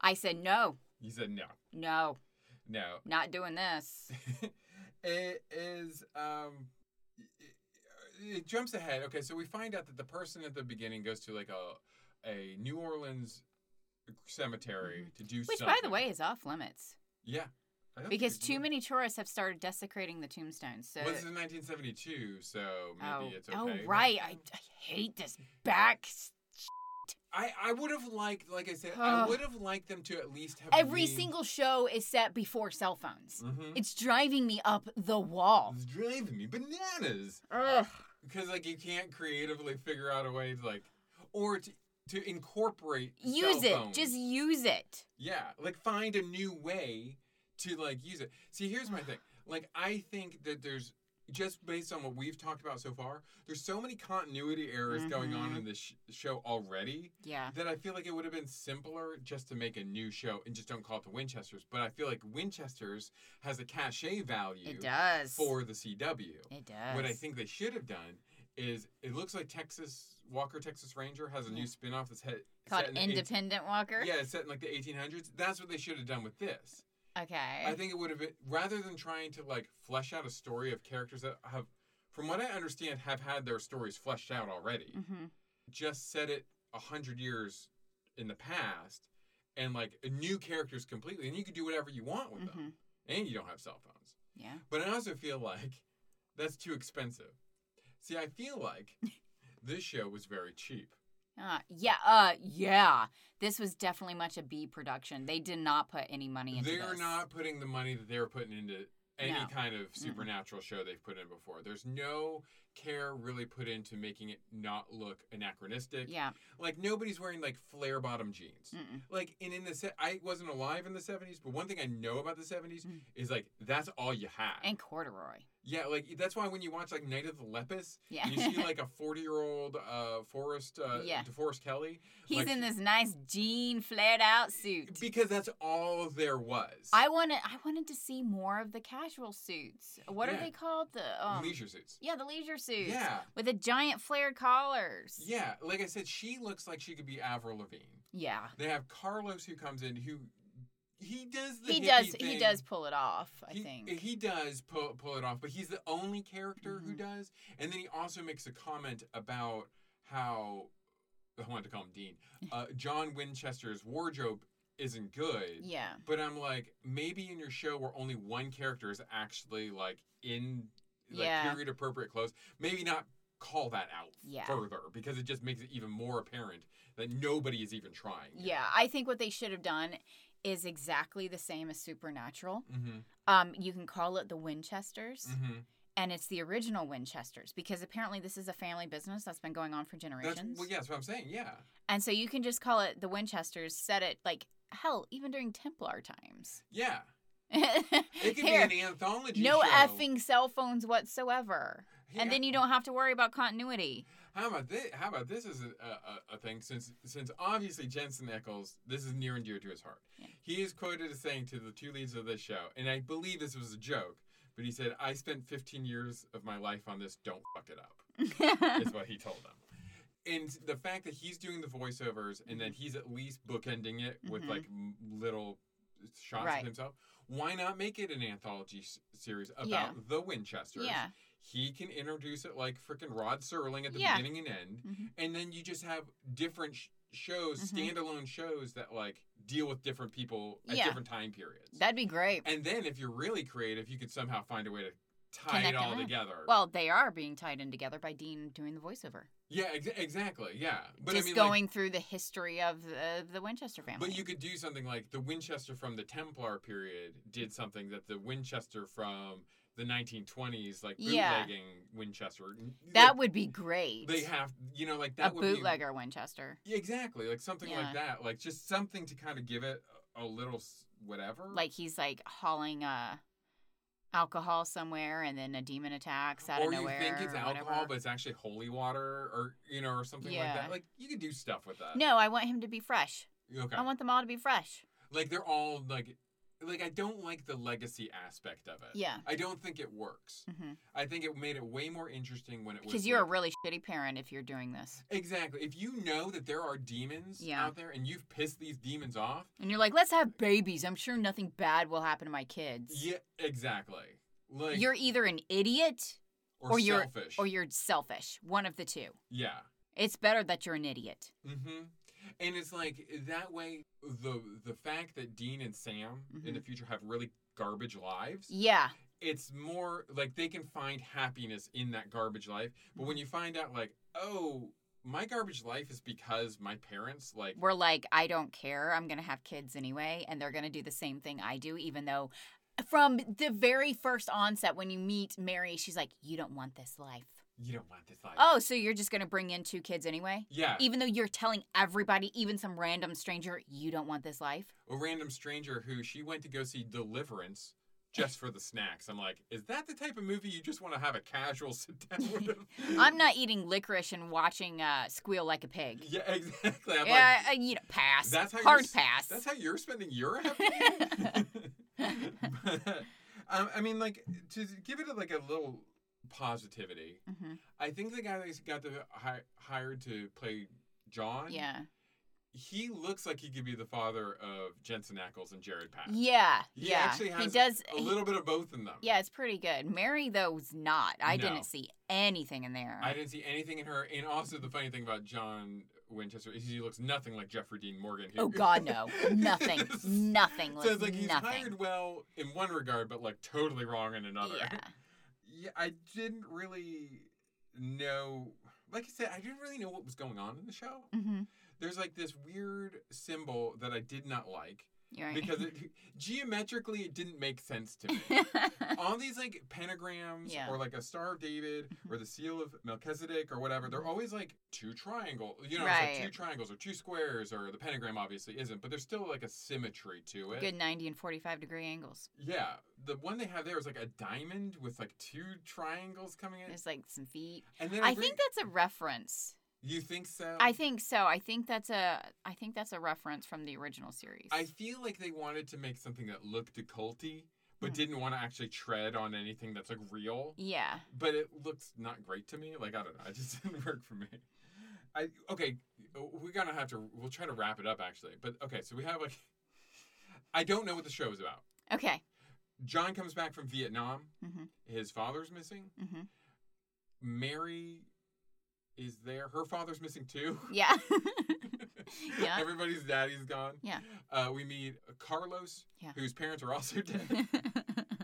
Speaker 2: I said no,
Speaker 3: He said no,
Speaker 2: no,
Speaker 3: no.
Speaker 2: not doing this.
Speaker 3: it is um. It, it jumps ahead. Okay, so we find out that the person at the beginning goes to like a a New Orleans cemetery to do
Speaker 2: Mm-hmm. Which,
Speaker 3: something.
Speaker 2: by the way, is off limits
Speaker 3: yeah, I don't think
Speaker 2: because
Speaker 3: we
Speaker 2: too
Speaker 3: do.
Speaker 2: many tourists have started desecrating the tombstones. So.
Speaker 3: Well, this is 1972, so
Speaker 2: Oh,
Speaker 3: maybe it's okay.
Speaker 2: oh, right. I, I hate this back. s-
Speaker 3: I, I would have liked, like I said, I
Speaker 2: Ugh.
Speaker 3: would have liked them to at least have
Speaker 2: Every
Speaker 3: leaned-
Speaker 2: single show is set before cell phones.
Speaker 3: Mhm.
Speaker 2: It's driving me up the wall.
Speaker 3: It's driving me bananas.
Speaker 2: Ugh.
Speaker 3: because like you can't creatively figure out a way to like or to to incorporate
Speaker 2: Use
Speaker 3: cell
Speaker 2: it.
Speaker 3: phones.
Speaker 2: Just use it.
Speaker 3: yeah like find a new way to like use it see here's my thing like i think that there's just based on what we've talked about so far there's so many continuity errors going on
Speaker 2: Mhm.
Speaker 3: in this sh- show already
Speaker 2: Yeah.
Speaker 3: that i feel like it would have been simpler just to make a new show and just don't call it the winchesters but i feel like winchesters has a cachet value
Speaker 2: It does.
Speaker 3: for the cw
Speaker 2: it does.
Speaker 3: what I think they should have done is it looks like Texas Walker Texas Ranger has a new
Speaker 2: Yeah.
Speaker 3: spin-off that's head,
Speaker 2: called
Speaker 3: set in the eight-
Speaker 2: Independent Walker.
Speaker 3: yeah, it's set in like the 1800s. That's what they should have done with this.
Speaker 2: Okay.
Speaker 3: I think it would have been rather than trying to like flesh out a story of characters that have from what I understand have had their stories fleshed out already.
Speaker 2: hmm
Speaker 3: Just set it 100 years in the past and like new characters completely and you can do whatever you want with
Speaker 2: hmm
Speaker 3: them and you don't have cell phones.
Speaker 2: Yeah.
Speaker 3: But I also feel like that's too expensive. See, I feel like this show was very cheap.
Speaker 2: Uh, yeah. Uh, yeah. This was definitely much a B production. They did not put any money into
Speaker 3: They're
Speaker 2: this.
Speaker 3: not putting the money that they're putting into any
Speaker 2: No.
Speaker 3: kind of supernatural show they've put in before. There's no care really put into making it not look anachronistic.
Speaker 2: Yeah. Mm.
Speaker 3: Like nobody's wearing like flare bottom jeans.
Speaker 2: Mm-mm.
Speaker 3: Like and in the se- I wasn't alive in the 70s, but one thing I know about the 70s
Speaker 2: Mm.
Speaker 3: is like that's all you had.
Speaker 2: And corduroy.
Speaker 3: Yeah, like that's why when you watch like Night of the Lepus,
Speaker 2: Yeah.
Speaker 3: you see like a forty-year-old uh, Forrest uh,
Speaker 2: Yeah.
Speaker 3: DeForest Kelly.
Speaker 2: He's
Speaker 3: like-
Speaker 2: in this nice jean flared out suit.
Speaker 3: because that's all there was.
Speaker 2: I wanted I wanted to see more of the casual suits. What are
Speaker 3: Yeah.
Speaker 2: they called? The um,
Speaker 3: leisure suits.
Speaker 2: Yeah, the leisure suits.
Speaker 3: Yeah,
Speaker 2: With the giant flared collars.
Speaker 3: yeah. Like I said, she looks like she could be Avril Lavigne.
Speaker 2: Yeah.
Speaker 3: They have Carlos who comes in who he does the
Speaker 2: He
Speaker 3: hippie
Speaker 2: does he
Speaker 3: thing.
Speaker 2: does pull it off, I
Speaker 3: He-
Speaker 2: think.
Speaker 3: he does pull, pull it off, but he's the only character who
Speaker 2: Mhm.
Speaker 3: does. And then he also makes a comment about how I wanted to call him Dean. Uh, John Winchester's wardrobe isn't good,
Speaker 2: yeah.
Speaker 3: but I'm like, maybe in your show where only one character is actually like in like
Speaker 2: Yeah.
Speaker 3: period appropriate clothes, maybe not call that out
Speaker 2: Yeah.
Speaker 3: further because it just makes it even more apparent that nobody is even trying.
Speaker 2: Yeah, I think what they should have done is exactly the same as Supernatural.
Speaker 3: Mm-hmm.
Speaker 2: Um you can call it the Winchesters
Speaker 3: Mm-hmm.
Speaker 2: and it's the original Winchesters because apparently this is a family business that's been going on for
Speaker 3: That's
Speaker 2: generations.
Speaker 3: well, yeah, that's what I'm saying. Yeah.
Speaker 2: And so you can just call it the Winchesters, set it like hell, even during Templar times.
Speaker 3: Yeah. It could
Speaker 2: Here,
Speaker 3: be an anthology.
Speaker 2: no
Speaker 3: show.
Speaker 2: effing cell phones whatsoever.
Speaker 3: Yeah.
Speaker 2: And then you don't have to worry about continuity.
Speaker 3: How about this? How about this is a, a, a thing? Since since obviously Jensen Ackles, this is near and dear to his heart.
Speaker 2: Yeah.
Speaker 3: He is quoted as saying to the two leads of this show, and I believe this was a joke, but he said, "I spent 15 years of my life on this. Don't fuck it up." is what he told them. And the fact that he's doing the voiceovers and that he's at least bookending it with
Speaker 2: Mhm.
Speaker 3: like m- little shots
Speaker 2: Right.
Speaker 3: of himself, why not make it an anthology s- series about
Speaker 2: Yeah.
Speaker 3: the Winchesters?
Speaker 2: yeah.
Speaker 3: He can introduce it like freaking Rod Serling at the
Speaker 2: Yeah.
Speaker 3: beginning and end.
Speaker 2: Mhm.
Speaker 3: And then you just have different sh- shows,
Speaker 2: Mhm.
Speaker 3: standalone shows that like deal with different people at
Speaker 2: Yeah.
Speaker 3: different time periods.
Speaker 2: That'd be great.
Speaker 3: and then if you're really creative, you could somehow find a way to tie
Speaker 2: Connect
Speaker 3: it
Speaker 2: them
Speaker 3: all
Speaker 2: up.
Speaker 3: together.
Speaker 2: Well, they are being tied in together by Dean doing the voiceover.
Speaker 3: yeah, ex- exactly. Yeah. But
Speaker 2: just
Speaker 3: I mean, like,
Speaker 2: going through the history of the, the Winchester family.
Speaker 3: But you could do something like the Winchester from the Templar period did something that the Winchester from the 1920s, like bootlegging
Speaker 2: Yeah.
Speaker 3: Winchester,
Speaker 2: that would be great.
Speaker 3: they have, you know, like
Speaker 2: a
Speaker 3: that would
Speaker 2: bootlegger Winchester.
Speaker 3: be Yeah, exactly like something
Speaker 2: Yeah.
Speaker 3: like that, like just something to kind of give it a, a little s- whatever.
Speaker 2: Like he's like hauling uh alcohol somewhere and then a demon attacks out
Speaker 3: or
Speaker 2: of
Speaker 3: you
Speaker 2: nowhere.
Speaker 3: think it's
Speaker 2: or
Speaker 3: alcohol,
Speaker 2: whatever.
Speaker 3: but it's actually holy water, or you know, or something like
Speaker 2: Yeah.
Speaker 3: that. Like you could do stuff with that.
Speaker 2: No, I want him to be fresh.
Speaker 3: uh, okay.
Speaker 2: I want them all to be fresh.
Speaker 3: like they're all like, like I don't like the legacy aspect of it.
Speaker 2: Yeah.
Speaker 3: I don't think Uh, it works.
Speaker 2: Mhm.
Speaker 3: I think it made it way more interesting when it was
Speaker 2: Because you're a
Speaker 3: like-
Speaker 2: really shitty parent if you're doing this.
Speaker 3: exactly if you know that there are demons
Speaker 2: Yeah.
Speaker 3: out there and you've pissed these demons off.
Speaker 2: And you're like, let's have babies. I'm sure nothing bad will happen to my kids.
Speaker 3: Yeah, exactly. Like
Speaker 2: you're either an idiot
Speaker 3: or,
Speaker 2: or you're-
Speaker 3: selfish
Speaker 2: or you're selfish. One of the two.
Speaker 3: yeah.
Speaker 2: It's better that you're an idiot.
Speaker 3: Mm-hmm. And it's like that way the the fact that Dean and Sam in
Speaker 2: Mm-hmm.
Speaker 3: the future have really garbage lives.
Speaker 2: Yeah.
Speaker 3: It's more like they can find happiness in that garbage life. But
Speaker 2: Mm-hmm.
Speaker 3: when you find out like oh. My garbage life is because my parents like
Speaker 2: We're like, I don't care. I'm going to have kids anyway. And they're going to do the same thing I do, even though from the very first onset when you meet Mary, she's like, you don't want this life.
Speaker 3: you don't want this life.
Speaker 2: Oh, e-, so you're just going to bring in two kids anyway?
Speaker 3: Yeah,
Speaker 2: Even though you're telling everybody, even some random stranger, you don't want this life?
Speaker 3: a random stranger who she went to go see Deliverance just for the snacks. I'm like, is that the type of movie you just want to have a casual sit down with?
Speaker 2: I'm not eating licorice and watching uh, Squeal Like a Pig.
Speaker 3: Yeah, exactly. I'm
Speaker 2: Yeah,
Speaker 3: like,
Speaker 2: uh, you know, pass.
Speaker 3: that's how you're
Speaker 2: Hard
Speaker 3: s-
Speaker 2: pass.
Speaker 3: that's how you're spending your afternoon. But, um, I mean, like to give it like a little positivity.
Speaker 2: Mhm.
Speaker 3: I think the guy that got the hi- hired to play John.
Speaker 2: Yeah.
Speaker 3: He looks like he could be the father of Jensen Ackles and Jared Patton.
Speaker 2: Yeah.
Speaker 3: He
Speaker 2: yeah.
Speaker 3: actually
Speaker 2: he
Speaker 3: has
Speaker 2: does.
Speaker 3: A
Speaker 2: he-
Speaker 3: little bit of both in them.
Speaker 2: yeah, it's pretty good. Mary, though, was not. I
Speaker 3: No.
Speaker 2: didn't see anything in there.
Speaker 3: I didn't see anything in her. And also, the funny thing about John Winchester is he looks nothing like Jeffrey Dean Morgan. who-
Speaker 2: Oh, God, no. Nothing. Nothing.
Speaker 3: so it's like
Speaker 2: like
Speaker 3: he's
Speaker 2: nothing.
Speaker 3: hired well in one regard, but like totally wrong in another.
Speaker 2: Yeah.
Speaker 3: Yeah, I didn't really know. Like I said, I didn't really know what was going on in the show.
Speaker 2: Mm-hmm.
Speaker 3: There's like this weird symbol that I did not like
Speaker 2: You're right.
Speaker 3: because it, geometrically it didn't make sense to me. All these like pentagrams
Speaker 2: Yeah.
Speaker 3: or like a Star of David or the Seal of Melchizedek or whatever, they're always like two triangle. You know, it's like
Speaker 2: Right.
Speaker 3: two triangles or two squares or the pentagram obviously isn't, but there's still like a symmetry to it.
Speaker 2: good 90 and 45 degree angles.
Speaker 3: Yeah. The one they have there is like a diamond with like two triangles coming in.
Speaker 2: There's like some feet.
Speaker 3: And then
Speaker 2: I
Speaker 3: re-
Speaker 2: think that's a reference.
Speaker 3: You think so?
Speaker 2: I think so. I think that's a I think that's a reference from the original series.
Speaker 3: I feel like they wanted to make something that looked occulty, but
Speaker 2: Hmm.
Speaker 3: didn't want to actually tread on anything that's like real.
Speaker 2: yeah.
Speaker 3: But it looks not great to me. Like I don't know, it just didn't work for me. I okay, we're gonna have to. We'll try to wrap it up actually. But okay, so we have like, I don't know what the show is about.
Speaker 2: Okay.
Speaker 3: John comes back from Vietnam.
Speaker 2: Mhm.
Speaker 3: His father's missing.
Speaker 2: Mhm.
Speaker 3: Mary is there. Her father's missing too.
Speaker 2: Yeah. Yeah.
Speaker 3: Everybody's daddy's gone.
Speaker 2: Yeah.
Speaker 3: Uh, we meet Carlos,
Speaker 2: Yeah.
Speaker 3: whose parents are also dead.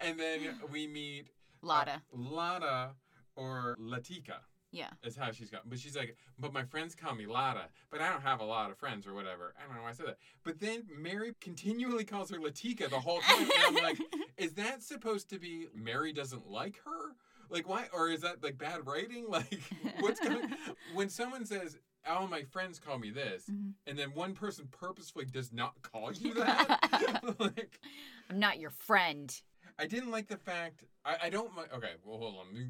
Speaker 3: and then we meet uh,
Speaker 2: Lotta.
Speaker 3: Lada or Latika
Speaker 2: Yeah.
Speaker 3: is how she's got. But she's like, but my friends call me Lada, but I don't have a lot of friends or whatever. I don't know why I said that. But then Mary continually calls her Latika the whole time. and I'm like, is that supposed to be Mary doesn't like her? Like why? Or is that like bad writing? Like what's going? when someone says, "All my friends call me this,"
Speaker 2: Mhm.
Speaker 3: and then one person purposefully does not call you that, like
Speaker 2: I'm not your friend.
Speaker 3: I didn't like the fact I, I don't. mi- Okay, well hold on. Let me,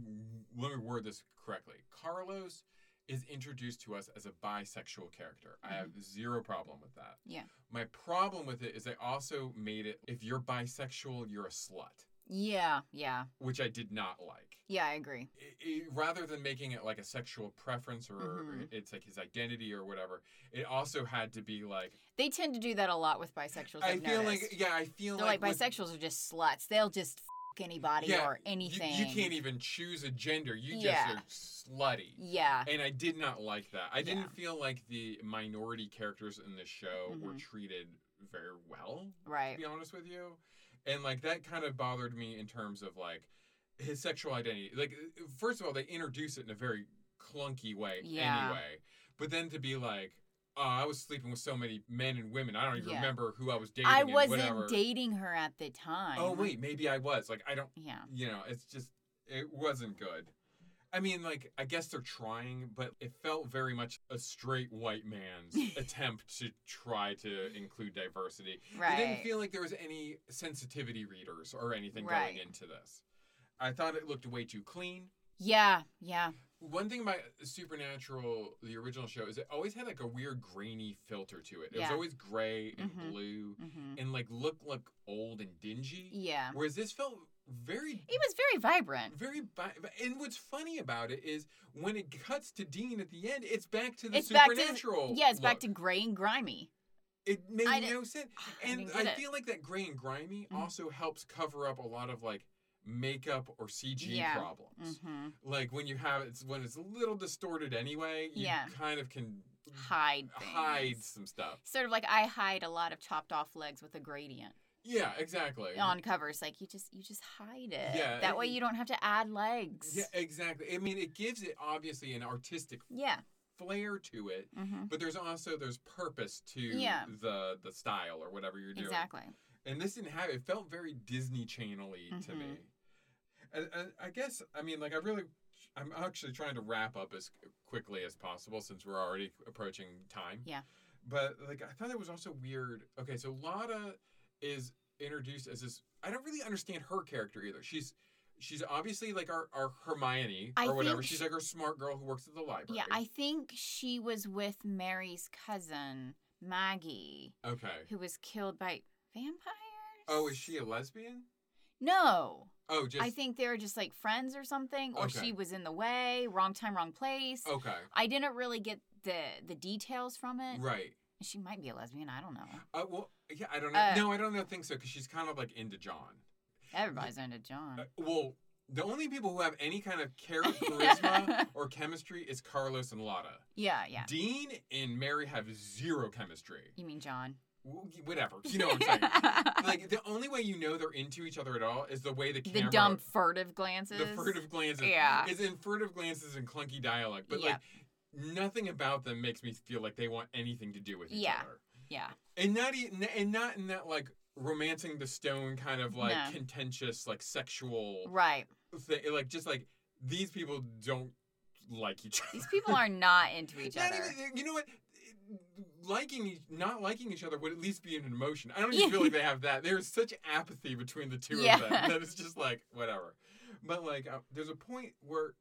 Speaker 3: let me word this correctly. Carlos is introduced to us as a bisexual character. I have zero problem with that.
Speaker 2: Yeah.
Speaker 3: My problem with it is they also made it if you're bisexual, you're a slut,
Speaker 2: Yeah. Yeah.
Speaker 3: which I did not like.
Speaker 2: Yeah, I agree.
Speaker 3: I- I- rather than making it like a sexual preference or
Speaker 2: Mhm.
Speaker 3: it's like his identity or whatever, it also had to be like
Speaker 2: They tend to do that a lot with bisexuals.
Speaker 3: I
Speaker 2: I've
Speaker 3: feel
Speaker 2: noticed.
Speaker 3: like yeah, I feel
Speaker 2: They're like,
Speaker 3: with-
Speaker 2: bisexuals are just sluts. They'll just f- anybody
Speaker 3: Yeah,
Speaker 2: or
Speaker 3: you-
Speaker 2: anything.
Speaker 3: You, can't even choose a gender. You
Speaker 2: Yeah.
Speaker 3: just are slutty.
Speaker 2: Yeah.
Speaker 3: And I did not like that. I didn't
Speaker 2: Yeah.
Speaker 3: feel like the minority characters in this show were
Speaker 2: Mhm.
Speaker 3: treated very well, to
Speaker 2: Right.
Speaker 3: be honest with you. And like that kind of bothered me in terms of like his sexual identity. Like first of all, they introduce it in a very clunky way
Speaker 2: Yeah.
Speaker 3: anyway. But then to be like, oh, I was sleeping with so many men and women. I don't even
Speaker 2: Yeah.
Speaker 3: remember who I was dating.
Speaker 2: I
Speaker 3: and
Speaker 2: wasn't
Speaker 3: whatever."
Speaker 2: dating her at the time.
Speaker 3: Oh wait, maybe I was. Like I don't
Speaker 2: Yeah.
Speaker 3: you know, it's just it wasn't good. I mean, like I guess they're trying, but it felt very much a straight white man's attempt to try to include diversity. It
Speaker 2: Right.
Speaker 3: didn't feel like there was any sensitivity readers or anything
Speaker 2: Right.
Speaker 3: going into this. I thought it looked way too clean.
Speaker 2: yeah. Yeah.
Speaker 3: One thing about Supernatural, the original show, is it always had like a weird grainy filter to it. It was
Speaker 2: Yeah.
Speaker 3: always gray and
Speaker 2: Mhm.
Speaker 3: blue
Speaker 2: hmm
Speaker 3: and like looked like old and dingy.
Speaker 2: Yeah.
Speaker 3: Whereas this felt very
Speaker 2: It was very vibrant.
Speaker 3: very bi- and what's funny about it is when it cuts to Dean at the end, it's back to the
Speaker 2: It's back to-
Speaker 3: supernatural.
Speaker 2: Yeah, it's back
Speaker 3: Oh, look.
Speaker 2: to gray and grimy.
Speaker 3: It made
Speaker 2: I
Speaker 3: no sense,
Speaker 2: I
Speaker 3: and
Speaker 2: didn't
Speaker 3: I,
Speaker 2: get it.
Speaker 3: feel like that gray and grimy
Speaker 2: Mhm.
Speaker 3: also helps cover up a lot of like makeup or CG
Speaker 2: Yeah.
Speaker 3: problems.
Speaker 2: hmm
Speaker 3: Like when you have it's when it's a little distorted anyway, you
Speaker 2: Yeah.
Speaker 3: kind of can
Speaker 2: Hide things.
Speaker 3: hide some stuff.
Speaker 2: Sort of like I hide a lot of chopped off legs with a gradient
Speaker 3: Yeah, exactly.
Speaker 2: on covers. Like you just you just hide it.
Speaker 3: Yeah,
Speaker 2: That
Speaker 3: it-
Speaker 2: way you don't have to add legs.
Speaker 3: yeah, exactly. I mean, it gives it obviously an artistic
Speaker 2: Yeah.
Speaker 3: flair to it.
Speaker 2: hmm
Speaker 3: but there's also there's purpose to
Speaker 2: Yeah.
Speaker 3: the the style or whatever you're doing.
Speaker 2: Exactly.
Speaker 3: And this didn't have it felt very Disney Channel-y to me.
Speaker 2: Mhm.
Speaker 3: And, and I guess I mean like I really I'm actually trying to wrap up as quickly as possible since we're already approaching time.
Speaker 2: Yeah.
Speaker 3: But like I thought it was also weird. Okay, so Lada is introduced as this I don't really understand her character either. She's she's obviously like our, our Hermione
Speaker 2: I
Speaker 3: or whatever.
Speaker 2: think
Speaker 3: She's
Speaker 2: she-
Speaker 3: like our smart girl who works at the library.
Speaker 2: Yeah, I think she was with Mary's cousin, Maggie,
Speaker 3: Okay.
Speaker 2: who was killed by vampires.
Speaker 3: Oh, is she a lesbian?
Speaker 2: No.
Speaker 3: Oh, just
Speaker 2: I think they were just like friends or something, or
Speaker 3: Okay. Oh.
Speaker 2: she was in the way, wrong time, wrong place.
Speaker 3: Okay.
Speaker 2: I didn't really get the the details from it.
Speaker 3: Right.
Speaker 2: She might be a lesbian. I don't know.
Speaker 3: Uh, well, yeah, I don't know.
Speaker 2: Uh,
Speaker 3: no, I don't know, think so because she's kind of like into John.
Speaker 2: Everybody's into John.
Speaker 3: Uh, well, the only people who have any kind of char- charisma or chemistry is Carlos and Lotta.
Speaker 2: Yeah, yeah.
Speaker 3: Dean and Mary have zero chemistry.
Speaker 2: You mean John?
Speaker 3: W- Whatever, you know what I'm saying. like the only way you know they're into each other at all is the way the
Speaker 2: the
Speaker 3: camera,
Speaker 2: dumb furtive glances.
Speaker 3: the furtive glances,
Speaker 2: Yeah.
Speaker 3: is in furtive glances and clunky dialect. But
Speaker 2: Yeah.
Speaker 3: like nothing about them makes me feel like they want anything to do with each
Speaker 2: Yeah.
Speaker 3: other.
Speaker 2: Yeah.
Speaker 3: and not e- n- and not in that like romancing the stone kind of like
Speaker 2: No.
Speaker 3: contentious like sexual
Speaker 2: Right.
Speaker 3: thing like just like these people don't like each other
Speaker 2: These people are not into each
Speaker 3: Not
Speaker 2: other.
Speaker 3: even- you know what liking each- not liking each other would at least be an emotion i don't
Speaker 2: Yeah.
Speaker 3: even feel like they have that there's such apathy between the two
Speaker 2: Yeah.
Speaker 3: of them that it's just like whatever but like uh, there's a point where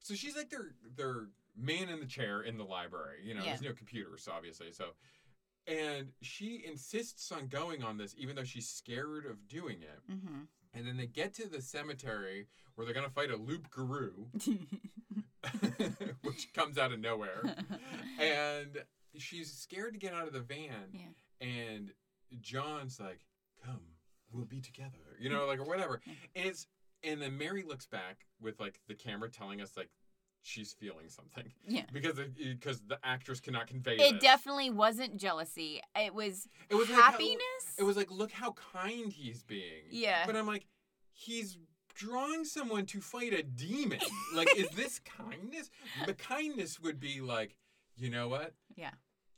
Speaker 3: so she's like their their man in the chair in the library you know
Speaker 2: Yeah.
Speaker 3: there's no computers obviously so and she insists on going on this even though she's scared of doing it
Speaker 2: Mm-hmm.
Speaker 3: and then they get to the cemetery where they're gonna fight a loop guru
Speaker 2: Mm-hmm.
Speaker 3: which comes out of nowhere. and she's scared to get out of the van. And John's like, "Come, we'll be together," you know, like or whatever.
Speaker 2: Yeah.
Speaker 3: And it's and then Mary looks back with like the camera telling us like she's feeling something
Speaker 2: yeah.
Speaker 3: because it- because the actress cannot convey
Speaker 2: It
Speaker 3: this.
Speaker 2: definitely wasn't jealousy. It was,
Speaker 3: It was like how-
Speaker 2: happiness.
Speaker 3: It was like, look how kind he's being.
Speaker 2: Yeah.
Speaker 3: But uh, I'm like, he's drawing someone to fight a demon. like, is this kindness? The kindness would be like, you know what?
Speaker 2: Yeah.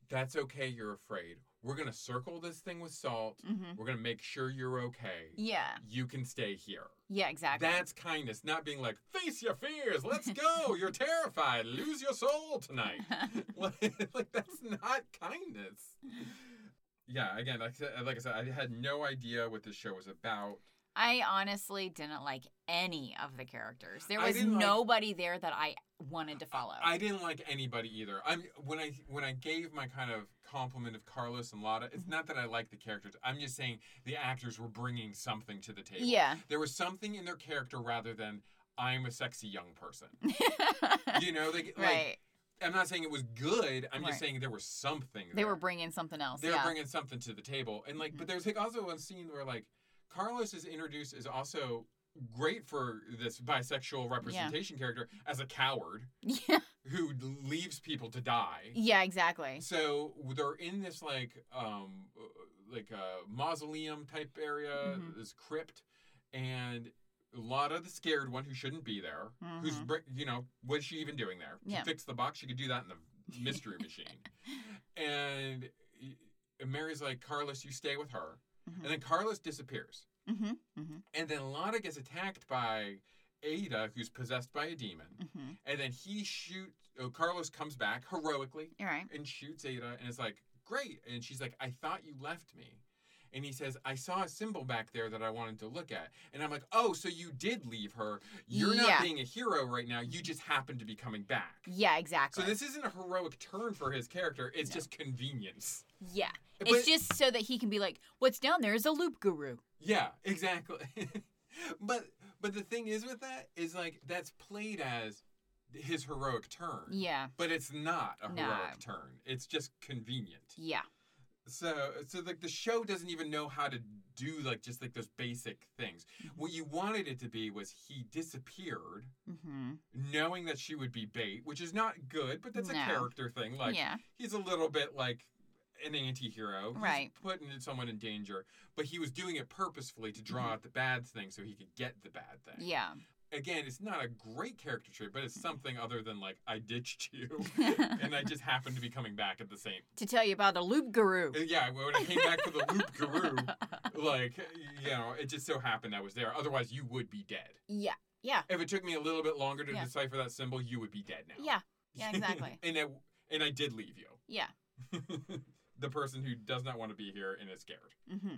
Speaker 3: That's okay, you're afraid. We're going to circle this thing with salt.
Speaker 2: hmm
Speaker 3: We're going to make sure you're okay.
Speaker 2: Yeah.
Speaker 3: You can stay here.
Speaker 2: Yeah, exactly.
Speaker 3: That's kindness, not being like, face your fears, let's go, you're terrified, lose your soul tonight. like, like, that's not kindness. Yeah, again, like, I said- like I said, I had no idea what this show was about.
Speaker 2: I honestly didn't like any of the characters. There
Speaker 3: I
Speaker 2: was
Speaker 3: didn't like-
Speaker 2: nobody there that I wanted to follow.
Speaker 3: I didn't like anybody either. I'm when I when I gave my kind of compliment of Carlos and Lada,
Speaker 2: Mm-hmm.
Speaker 3: it's not that I like the characters. I'm just saying the actors were bringing something to the table.
Speaker 2: yeah.
Speaker 3: There was something in their character rather than I'm a sexy young person. You know, they like
Speaker 2: right.
Speaker 3: I'm not saying it was good. I'm
Speaker 2: Right.
Speaker 3: just saying there was something.
Speaker 2: They
Speaker 3: there.
Speaker 2: were bringing something else.
Speaker 3: They were
Speaker 2: yeah. Mm-hmm.
Speaker 3: bringing something to the table, and like, but there's like also a scene where like Carlos is introduced is also great for this bisexual representation character as a coward
Speaker 2: yeah.
Speaker 3: who leaves people to die.
Speaker 2: Yeah, exactly.
Speaker 3: So they're in this like um like a mausoleum type area,
Speaker 2: Mhm.
Speaker 3: this crypt, and Lotta, the scared one who shouldn't be there, who's
Speaker 2: Mhm.
Speaker 3: br- you know what is she even doing there?
Speaker 2: Yeah.
Speaker 3: She fixed the box. She could do that in the mystery machine. And y- Mary's like, Carlos, you stay with her, and then Carlos disappears,
Speaker 2: Mm-hmm. Mm-hmm.
Speaker 3: and then Lotta gets attacked by Ada, who's possessed by a demon,
Speaker 2: Mm-hmm.
Speaker 3: and then he shoots. Oh, Carlos comes back heroically
Speaker 2: All right.
Speaker 3: and shoots Ada and is like, Great. And she's like, I thought you left me. And he says, I saw a symbol back there that I wanted to look at. And I'm like, Oh, so you did leave her. You're
Speaker 2: Yeah.
Speaker 3: not being a hero right now. You just happen to be coming back.
Speaker 2: Yeah, exactly.
Speaker 3: So this isn't a heroic turn for his character. It's just convenience.
Speaker 2: yeah. It's
Speaker 3: But-
Speaker 2: just so that he can be like, what's down there is a loop guru.
Speaker 3: Yeah, exactly. but but the thing is with that is like that's played as his heroic turn.
Speaker 2: Yeah.
Speaker 3: But it's not a
Speaker 2: No.
Speaker 3: heroic turn. It's just convenient.
Speaker 2: Yeah.
Speaker 3: So, so like the show doesn't even know how to do like just like those basic things. What you wanted it to be was he disappeared,
Speaker 2: Mm-hmm.
Speaker 3: knowing that she would be bait, which is not good, but that's
Speaker 2: No.
Speaker 3: a character thing. Like
Speaker 2: yeah.
Speaker 3: he's a little bit like an anti-hero, He's
Speaker 2: Right.
Speaker 3: putting someone in danger, but he was doing it purposefully to draw out the bad thing so he could get the bad thing.
Speaker 2: Mm-hmm. Yeah.
Speaker 3: Again, it's not a great character trait, but it's something other than like I ditched you, and I just happened to be coming back at the same
Speaker 2: To tell you about the loop guru.
Speaker 3: uh, Yeah, when I came back to the loop guru, like, you know, it just so happened I was there. Otherwise, you would be dead.
Speaker 2: Yeah. Yeah.
Speaker 3: If it took me a little bit longer to
Speaker 2: Yeah.
Speaker 3: decipher that symbol, you would be dead now.
Speaker 2: Yeah. Yeah, exactly.
Speaker 3: and I, and I did leave
Speaker 2: Yeah.
Speaker 3: you. the person who does not want to be here and is scared.
Speaker 2: Mm-hmm.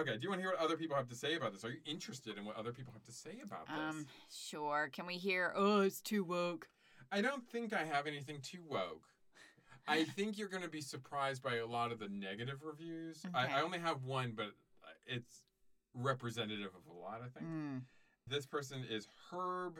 Speaker 3: Okay, do you want to hear what other people have to say about this? Are you interested in what other people have to say about this?
Speaker 2: Um, sure. Can we hear? Oh, it's too woke.
Speaker 3: I don't think I have anything too woke. I think you're going to be surprised by a lot of the negative reviews.
Speaker 2: Okay.
Speaker 3: I, I only have one, but it's representative of a lot, I think.
Speaker 2: Mm.
Speaker 3: This person is Herb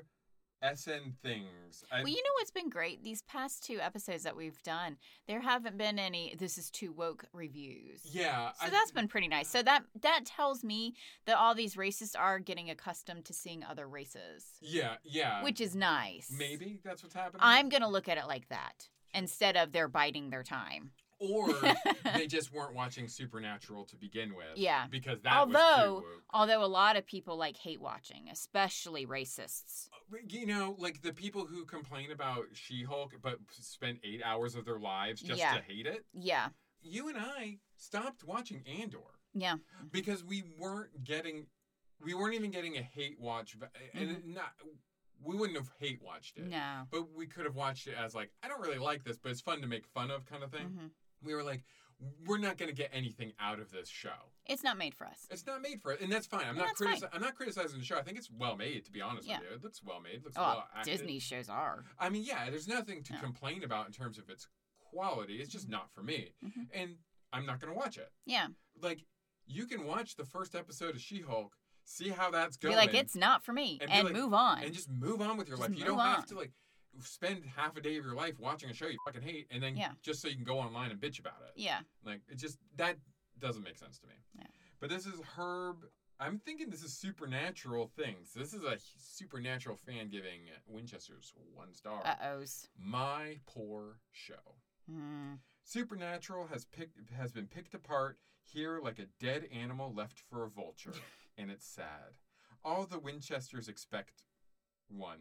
Speaker 3: SN Things. I,
Speaker 2: Well, you know what's been great these past two episodes that we've done. There haven't been any. This is too woke reviews.
Speaker 3: yeah.
Speaker 2: So
Speaker 3: I-
Speaker 2: that's been pretty nice. So that that tells me that all these racists are getting accustomed to seeing other races,
Speaker 3: Yeah, yeah.
Speaker 2: which is nice.
Speaker 3: Maybe that's what's happening.
Speaker 2: I'm gonna look at it like that instead of they're biding their time.
Speaker 3: Or they just weren't watching Supernatural to begin with.
Speaker 2: Yeah.
Speaker 3: Because that
Speaker 2: Although-
Speaker 3: was too woke. Uh,
Speaker 2: Although a lot of people like hate watching, especially
Speaker 3: Oh.
Speaker 2: racists.
Speaker 3: you know, like the people who complain about She Hulk but spent eight hours of their lives just
Speaker 2: Yeah.
Speaker 3: to hate it,
Speaker 2: Yeah.
Speaker 3: you and I stopped watching Andor
Speaker 2: Yeah.
Speaker 3: because we weren't getting, we weren't even getting a hate watch. va- And it not, we wouldn't have hate watched it.
Speaker 2: Mm-hmm. No.
Speaker 3: But we could have watched it as like, I don't really like this, but it's fun to make fun of kind of thing.
Speaker 2: Mhm.
Speaker 3: We were like, we're not going to get anything out of this show.
Speaker 2: It's not made for us.
Speaker 3: It's not made for it, and that's fine. I'm
Speaker 2: And
Speaker 3: not
Speaker 2: that's fine.
Speaker 3: critici- I'm not criticizing the show. I think it's well made, to be honest
Speaker 2: Yeah.
Speaker 3: with you. It looks well made. It looks
Speaker 2: Oh,
Speaker 3: well acted.
Speaker 2: Disney shows are.
Speaker 3: I mean, yeah, there's nothing to
Speaker 2: Yeah.
Speaker 3: complain about in terms of its quality. It's just not for me.
Speaker 2: Mhm.
Speaker 3: And I'm not going to watch it.
Speaker 2: Yeah.
Speaker 3: Like, you can watch the first episode of She Hulk, see how that's
Speaker 2: Be
Speaker 3: going.
Speaker 2: like, it's not for me,
Speaker 3: and
Speaker 2: and,
Speaker 3: be like-
Speaker 2: move on.
Speaker 3: and just move on with your
Speaker 2: Just
Speaker 3: life. You
Speaker 2: move
Speaker 3: don't have
Speaker 2: on.
Speaker 3: to, like, spend half a day of your life watching a show you fucking hate and then
Speaker 2: Yeah.
Speaker 3: just so you can go online and bitch about it.
Speaker 2: yeah.
Speaker 3: Like, it just, that doesn't make sense to me.
Speaker 2: Yeah.
Speaker 3: But this is Herb. I'm thinking this is supernatural things. This is a supernatural fan giving Winchester's one star.
Speaker 2: Uh ohs.
Speaker 3: My poor show.
Speaker 2: Mm.
Speaker 3: Supernatural has picked has been picked apart here like a dead animal left for a vulture, and it's sad. All the Winchesters expect one.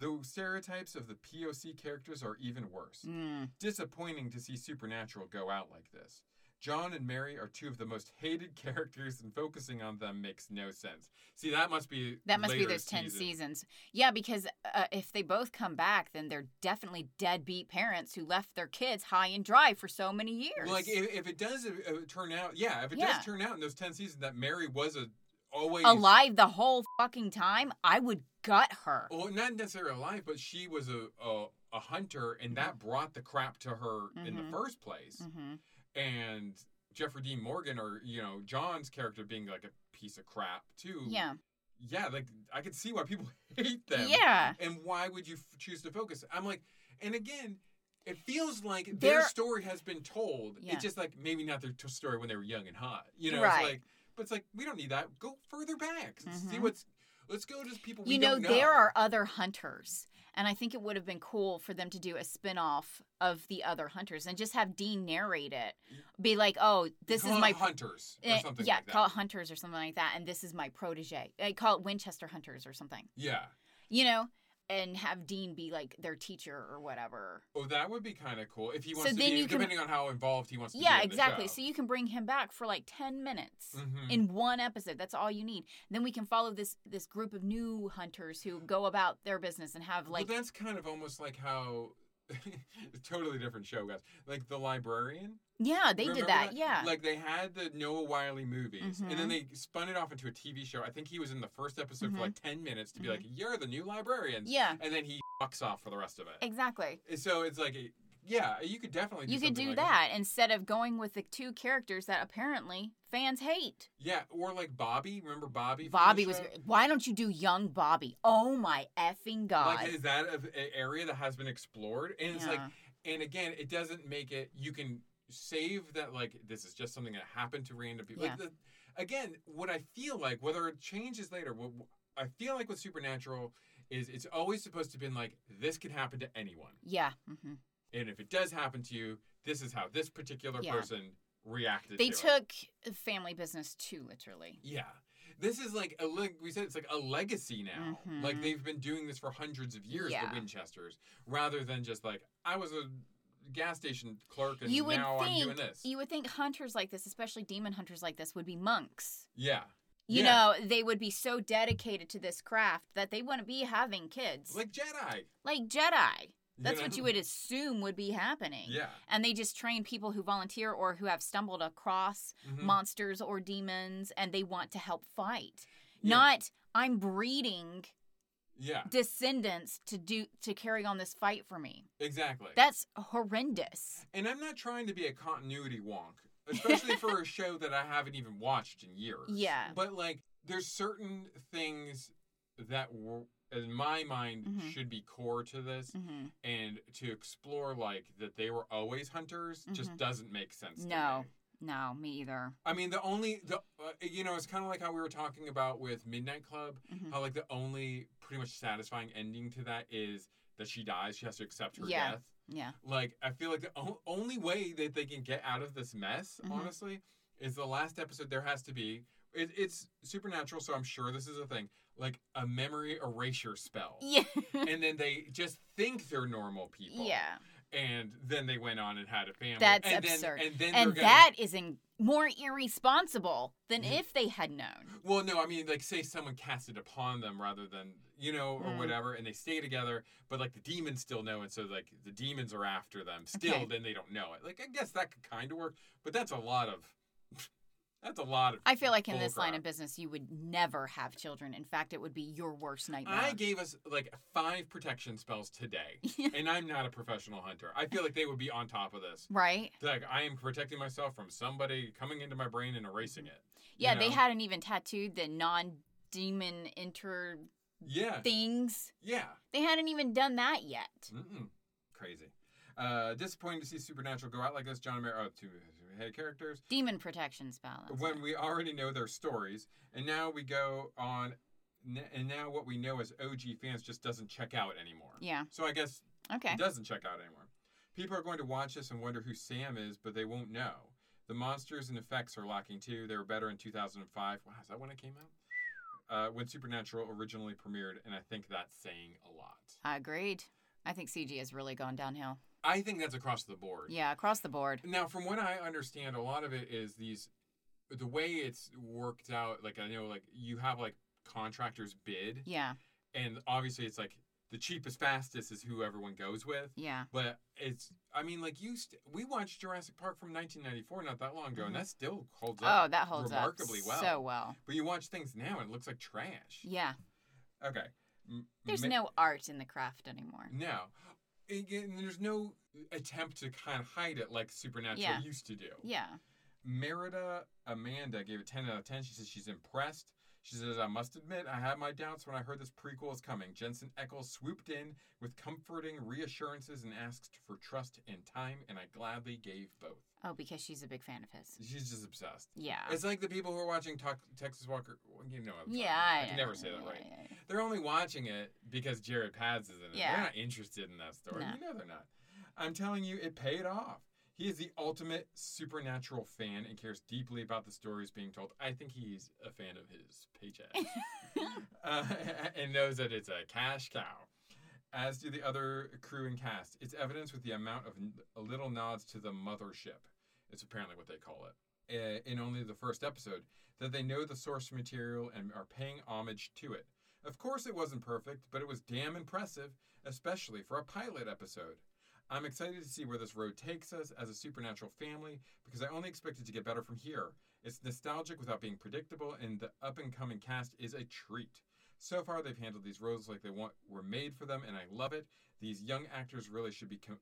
Speaker 3: The stereotypes of the POC characters are even worse.
Speaker 2: Mm.
Speaker 3: Disappointing to see Supernatural go out like this. John and Mary are two of the most hated characters, and focusing on them makes no sense. See, that must be
Speaker 2: That must be
Speaker 3: later
Speaker 2: those 10
Speaker 3: seasons.
Speaker 2: seasons. Yeah, because uh, if they both come back, then they're definitely deadbeat parents who left their kids high and dry for so many years.
Speaker 3: Like if, if it does uh, uh, turn out, yeah, if it
Speaker 2: Yeah.
Speaker 3: does turn out in those ten seasons that Mary was a always
Speaker 2: Alive the whole fucking time, I would gut her.
Speaker 3: well, not necessarily alive, but she was a a, a hunter, and that brought the crap to her in the
Speaker 2: Mhm.
Speaker 3: first place.
Speaker 2: hmm
Speaker 3: And Jeffrey Dean Morgan, or you know John's character, being like a piece of crap too.
Speaker 2: Yeah.
Speaker 3: yeah, like I could see why people hate them.
Speaker 2: Yeah.
Speaker 3: and why would you f- choose to focus? I'm like, and again. It feels like their
Speaker 2: They're-
Speaker 3: story has been told.
Speaker 2: Yeah.
Speaker 3: It's just like maybe not their t- story when they were young and hot. You know,
Speaker 2: Right.
Speaker 3: it's like, but it's like we don't need that. Go further back. See
Speaker 2: Mhm.
Speaker 3: what's. Let's go to people. We
Speaker 2: You know,
Speaker 3: don't know
Speaker 2: there are other hunters, and I think it would have been cool for them to do a spin off of the other hunters and just have Dean narrate it. Be like, oh, this
Speaker 3: Call
Speaker 2: is
Speaker 3: it
Speaker 2: my.
Speaker 3: hunters or
Speaker 2: Eh,
Speaker 3: something
Speaker 2: yeah,
Speaker 3: like that.
Speaker 2: call it hunters or something like that, and this is my protege. I call it Winchester hunters or something,
Speaker 3: yeah.
Speaker 2: you know, and have Dean be like their teacher or whatever.
Speaker 3: Oh, that would be kind of cool if he
Speaker 2: So
Speaker 3: wants to
Speaker 2: then
Speaker 3: be,
Speaker 2: you can-
Speaker 3: depending on how involved he wants to
Speaker 2: Yeah,
Speaker 3: be.
Speaker 2: exactly. So you can bring him back for like ten minutes
Speaker 3: Mhm.
Speaker 2: in one episode. That's all you need. Then we can follow this this group of new hunters who go about their business and have like
Speaker 3: well, that's kind of almost like how. totally different show, guys. Like the librarian.
Speaker 2: yeah, they
Speaker 3: Remember
Speaker 2: did that. Yeah,
Speaker 3: Like they had the Noah Wiley movies, and then
Speaker 2: Mhm.
Speaker 3: they spun it off into a TV show. I think he was in the first episode for like ten minutes to be like, "You're the new librarian,"
Speaker 2: Mm-hmm. yeah,
Speaker 3: and then he fucks off for the rest of it.
Speaker 2: exactly.
Speaker 3: So it's like, yeah, you could definitely. Do
Speaker 2: You could
Speaker 3: something
Speaker 2: do that
Speaker 3: like
Speaker 2: instead of going with the two characters that apparently fans hate.
Speaker 3: Yeah, or like Bobby. Remember Bobby? from the
Speaker 2: Bobby was.
Speaker 3: show?
Speaker 2: great. Why don't you do young Bobby? Oh my effing god!
Speaker 3: Like, is that a- an area that has been explored? And it's like,
Speaker 2: Yeah.
Speaker 3: and again, it doesn't make it. You can save that. Like, this is just something that happened to random people. Like,
Speaker 2: Yeah.
Speaker 3: the, again, what I feel like, whether it changes later, what I feel like with supernatural is it's always supposed to been like this can happen to anyone,
Speaker 2: yeah, hmm
Speaker 3: and if it does happen to you, this is how this particular
Speaker 2: Yeah.
Speaker 3: person reacted.
Speaker 2: they
Speaker 3: to it.
Speaker 2: took family business too literally.
Speaker 3: Yeah. This is like a like we said it's like a legacy now. Like
Speaker 2: Mhm.
Speaker 3: they've been doing this for hundreds of years,
Speaker 2: Yeah.
Speaker 3: the Winchesters, rather than just like I was a gas station clerk and
Speaker 2: You would
Speaker 3: now I'm
Speaker 2: think
Speaker 3: doing this.
Speaker 2: you would think hunters like this, especially demon hunters like this, would be monks.
Speaker 3: yeah.
Speaker 2: You
Speaker 3: Yeah.
Speaker 2: know, they would be so dedicated to this craft that they wouldn't be having kids.
Speaker 3: Like Jedi.
Speaker 2: Like Jedi. That's
Speaker 3: know?
Speaker 2: what you would assume would be happening.
Speaker 3: Yeah.
Speaker 2: And they just train people who volunteer or who have stumbled across
Speaker 3: Mhm.
Speaker 2: monsters or demons and they want to help fight.
Speaker 3: Yeah.
Speaker 2: Not I'm breeding
Speaker 3: Yeah.
Speaker 2: descendants to do to carry on this fight for me.
Speaker 3: Exactly.
Speaker 2: That's horrendous.
Speaker 3: and I'm not trying to be a continuity wonk, especially for a show that I haven't even watched in years.
Speaker 2: Yeah.
Speaker 3: But like, there's certain things that were, in my mind,
Speaker 2: Mhm.
Speaker 3: should be core to this,
Speaker 2: hmm
Speaker 3: and to explore like that they were always hunters just
Speaker 2: Mhm.
Speaker 3: doesn't make sense. to
Speaker 2: No.
Speaker 3: me.
Speaker 2: No, me either.
Speaker 3: I mean, the only the uh, you know, it's kind of like how we were talking about with Midnight Club,
Speaker 2: Mhm.
Speaker 3: how like the only pretty much satisfying ending to that is that she dies. She has to accept her
Speaker 2: Yeah.
Speaker 3: death.
Speaker 2: Yeah.
Speaker 3: Like, I feel like the o- only way that they can get out of this mess,
Speaker 2: Mhm.
Speaker 3: honestly, is the last episode. There has to be. It, it's supernatural, so I'm sure this is a thing. Like a memory erasure spell,
Speaker 2: Yeah.
Speaker 3: and then they just think they're normal people.
Speaker 2: yeah.
Speaker 3: and then they went on and had a family.
Speaker 2: That's
Speaker 3: and
Speaker 2: absurd.
Speaker 3: Then, and then
Speaker 2: And
Speaker 3: they're gonna-
Speaker 2: that is in- more irresponsible than
Speaker 3: Mhm.
Speaker 2: if they had known.
Speaker 3: Well, no, I mean, like, say someone cast it upon them rather than, you know, or
Speaker 2: Mm.
Speaker 3: whatever, and they stay together, but, like, the demons still know, and so, like, the demons are after them still,
Speaker 2: Okay.
Speaker 3: then they don't know it. Like, I guess that could kind of work, but that's a lot of. That's a lot of.
Speaker 2: I feel like in
Speaker 3: bull
Speaker 2: this line of
Speaker 3: crap.
Speaker 2: business, you would never have children. In fact, it would be your worst nightmare.
Speaker 3: I gave us, like, five protection spells today, and I'm not a professional hunter. I feel like they would be on top of this.
Speaker 2: right?
Speaker 3: Like, I am protecting myself from somebody coming into my brain and erasing it.
Speaker 2: Mm-hmm.
Speaker 3: you
Speaker 2: Yeah, they
Speaker 3: know?
Speaker 2: hadn't even tattooed the non demon inter
Speaker 3: Yeah.
Speaker 2: things.
Speaker 3: Yeah.
Speaker 2: They hadn't even done that yet.
Speaker 3: Mm-mm. Crazy. Uh, disappointing to see Supernatural go out like this. John and Mary, oh, two head characters.
Speaker 2: Demon protection spell. that's
Speaker 3: when
Speaker 2: it.
Speaker 3: we already know their stories, and now we go on, n- and now what we know as OG fans just doesn't check out anymore.
Speaker 2: Yeah.
Speaker 3: So I guess
Speaker 2: Okay.
Speaker 3: it doesn't check out anymore. People are going to watch this and wonder who Sam is, but they won't know. The monsters and effects are lacking too. They were better in 2005. Wow, is that when it came out? Uh, when Supernatural originally premiered, and I think that's saying a lot.
Speaker 2: I Agreed. I think CG has really gone downhill.
Speaker 3: I think that's across the board.
Speaker 2: Yeah, across the board.
Speaker 3: Now, from what I understand, a lot of it is these, the way it's worked out. Like I know, like you have like contractors bid,
Speaker 2: Yeah,
Speaker 3: and obviously it's like the cheapest, fastest is who everyone goes with.
Speaker 2: yeah.
Speaker 3: But it's, I mean, like you, st- we watched Jurassic Park from 1994 not that long ago, and
Speaker 2: Mhm.
Speaker 3: that still holds up.
Speaker 2: Oh, that holds
Speaker 3: remarkably
Speaker 2: up
Speaker 3: well.
Speaker 2: so well.
Speaker 3: But you watch things now, and it looks like trash.
Speaker 2: Yeah,
Speaker 3: Okay. M-
Speaker 2: there's
Speaker 3: ma-
Speaker 2: no art in the craft anymore.
Speaker 3: no. Again, there's no attempt to kind of hide it like Supernatural
Speaker 2: Yeah.
Speaker 3: used to do.
Speaker 2: Yeah.
Speaker 3: Merida Amanda gave it 10 out of 10. She says she's impressed. She says, I must admit, I had my doubts when I heard this prequel is coming. Jensen Eccles swooped in with comforting reassurances and asked for trust and time, and I gladly gave both.
Speaker 2: Oh, because she's a big fan of his.
Speaker 3: She's just obsessed.
Speaker 2: Yeah.
Speaker 3: It's like the people who are watching Talk- Texas Walker. well, You know, what I'm talking
Speaker 2: yeah.
Speaker 3: about. I,
Speaker 2: I
Speaker 3: can
Speaker 2: know.
Speaker 3: never say that right.
Speaker 2: Yeah, yeah,
Speaker 3: They're only watching it because Jared Pads is in it.
Speaker 2: Yeah.
Speaker 3: They're not interested in that story.
Speaker 2: No.
Speaker 3: You know they're not. I'm telling you, it paid off. He is the ultimate supernatural fan and cares deeply about the stories being told. I think he's a fan of his paycheck uh, and knows that it's a cash cow. As do the other crew and cast. It's evidence with the amount of n- little nods to the mothership. It's apparently what they call it. Uh, in only the first episode, that they know the source material and are paying homage to it. Of course, it wasn't perfect, but it was damn impressive, especially for a pilot episode. I'm excited to see where this road takes us as a supernatural family because I only expect it to get better from here. It's nostalgic without being predictable, and the up and coming cast is a treat. So far, they've handled these roles like they want were made for them, and I love it. These young actors really should be. Com-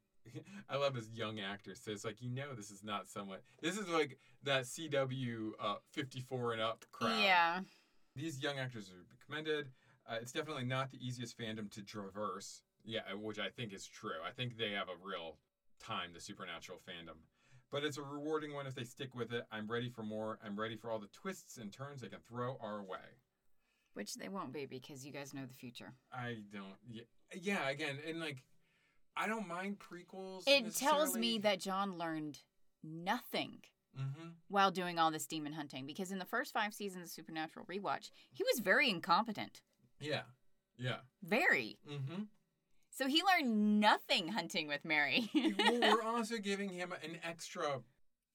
Speaker 3: I love as young actors. So it's like you know, this is not someone. This is like that CW uh, 54 and up crowd
Speaker 2: yeah. yeah.
Speaker 3: these young actors are commended. Uh, it's definitely not the easiest fandom to traverse. Yeah, uh, which I think is true. I think they have a real time, the supernatural fandom. But it's a rewarding one if they stick with it. I'm ready for more. I'm ready for all the twists and turns they can throw our way.
Speaker 2: Which they won't be because you guys know the future.
Speaker 3: I don't. Yeah, yeah again, and like, I don't mind prequels.
Speaker 2: It tells me that John learned nothing
Speaker 3: Mm-hmm.
Speaker 2: while doing all this demon hunting because in the first five seasons of Supernatural Rewatch, he was very incompetent.
Speaker 3: Yeah. Yeah.
Speaker 2: Very.
Speaker 3: Mm-hmm.
Speaker 2: So he learned nothing hunting with Mary.
Speaker 3: well, we're also giving him an extra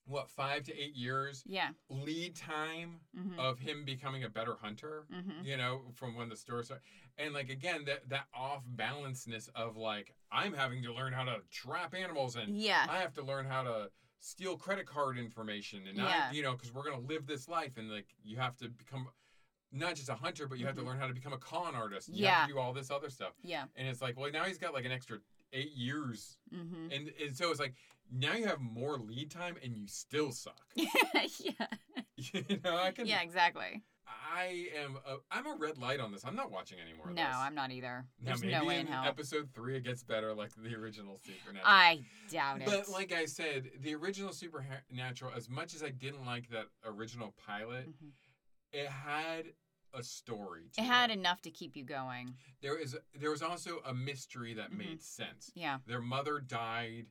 Speaker 3: what five to eight years
Speaker 2: Yeah.
Speaker 3: lead time
Speaker 2: Mm-hmm.
Speaker 3: of him becoming a better hunter.
Speaker 2: mm-hmm.
Speaker 3: You know, from when the store started, and like again, that that off balanceness of like I'm having to learn how to trap animals and
Speaker 2: Yeah.
Speaker 3: I have to learn how to steal credit card information and
Speaker 2: Yeah.
Speaker 3: not, you know, because we're gonna live this life and like you have to become not just a hunter, but you have to
Speaker 2: Mhm.
Speaker 3: learn how to become a con artist. You
Speaker 2: Yeah.
Speaker 3: have to do all this other stuff,
Speaker 2: Yeah.
Speaker 3: and it's like, well, now he's got like an extra eight years,
Speaker 2: Mm-hmm.
Speaker 3: and and so it's like now you have more lead time and you still suck.
Speaker 2: yeah.
Speaker 3: you know, I can.
Speaker 2: Yeah. Exactly.
Speaker 3: I am. A, I'm a red light on this. I'm not watching anymore.
Speaker 2: No, I'm not either.
Speaker 3: Now
Speaker 2: There's
Speaker 3: maybe
Speaker 2: no way in
Speaker 3: in
Speaker 2: hell.
Speaker 3: episode three it gets better, like the original Supernatural.
Speaker 2: I doubt it.
Speaker 3: But like I said, the original Supernatural, as much as I didn't like that original pilot,
Speaker 2: Mhm.
Speaker 3: it had a story. To
Speaker 2: it had enough to keep you going.
Speaker 3: there is there was also a mystery that
Speaker 2: Mhm.
Speaker 3: made sense.
Speaker 2: Yeah.
Speaker 3: Their mother died,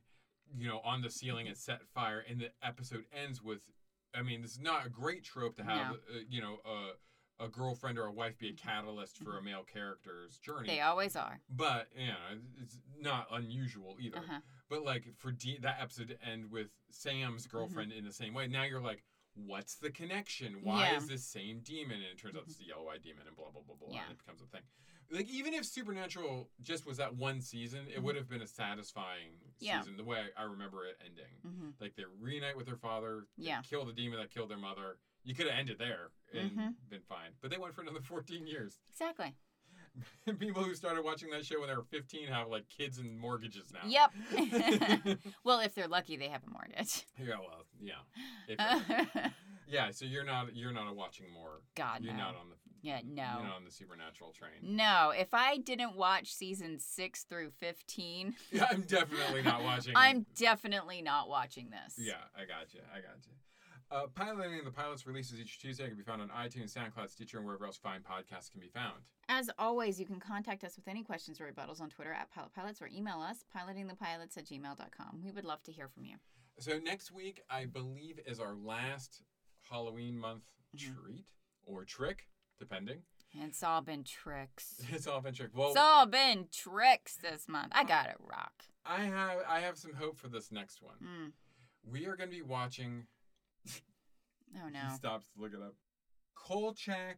Speaker 3: you know, on the ceiling and set fire, and the episode ends with. I mean, this is not a great trope to have, uh, you know, a, a girlfriend or a wife be a catalyst for a male character's journey.
Speaker 2: They always are.
Speaker 3: But you know, it's not unusual either.
Speaker 2: Uh-huh.
Speaker 3: But like for D- that episode to end with Sam's
Speaker 2: Mm-hmm.
Speaker 3: girlfriend in the same way, now you're like, what's the connection? Why
Speaker 2: Yeah. Mm-hmm.
Speaker 3: is this same demon? And it turns out it's the yellow eyed demon, and blah blah blah blah,
Speaker 2: Yeah.
Speaker 3: and it becomes a thing. Like even if Supernatural just was that one season, it
Speaker 2: Mhm.
Speaker 3: would have been a satisfying
Speaker 2: Yeah.
Speaker 3: season the way I remember it ending.
Speaker 2: Mm-hmm.
Speaker 3: Like they reunite with their father, they
Speaker 2: Yeah.
Speaker 3: kill the demon that killed their mother. You could have ended there and
Speaker 2: Mhm.
Speaker 3: been fine, but they went for another fourteen years.
Speaker 2: Exactly.
Speaker 3: People who started watching that show when they were 15 have like kids and mortgages now.
Speaker 2: Yep. well, if they're lucky, they have a mortgage.
Speaker 3: yeah, well, yeah. If- yeah, so you're not you're not a watching more.
Speaker 2: God,
Speaker 3: You're
Speaker 2: no.
Speaker 3: not on the
Speaker 2: yeah, no.
Speaker 3: you're not on the supernatural train.
Speaker 2: No, if I didn't watch season six through 15,
Speaker 3: Yeah, I'm definitely not watching.
Speaker 2: I'm definitely not watching this.
Speaker 3: Yeah, I got you. I got you. Uh, piloting the pilots releases each Tuesday can be found on iTunes, SoundCloud, Stitcher, and wherever else fine podcasts can be found.
Speaker 2: As always, you can contact us with any questions or rebuttals on Twitter at Pilot Pilots or email us, pilotingthepilots at gmail.com. We would love to hear from you.
Speaker 3: So next week, I believe, is our last Halloween month
Speaker 2: Mm-hmm.
Speaker 3: treat or trick, depending.
Speaker 2: It's all been tricks.
Speaker 3: It's all been trick. Well,
Speaker 2: It's all been tricks this month. I got it, Rock.
Speaker 3: I have I have some hope for this next one.
Speaker 2: Mm.
Speaker 3: We are going to be watching.
Speaker 2: Oh,
Speaker 3: He
Speaker 2: no.
Speaker 3: stops to look it up. Kolchak,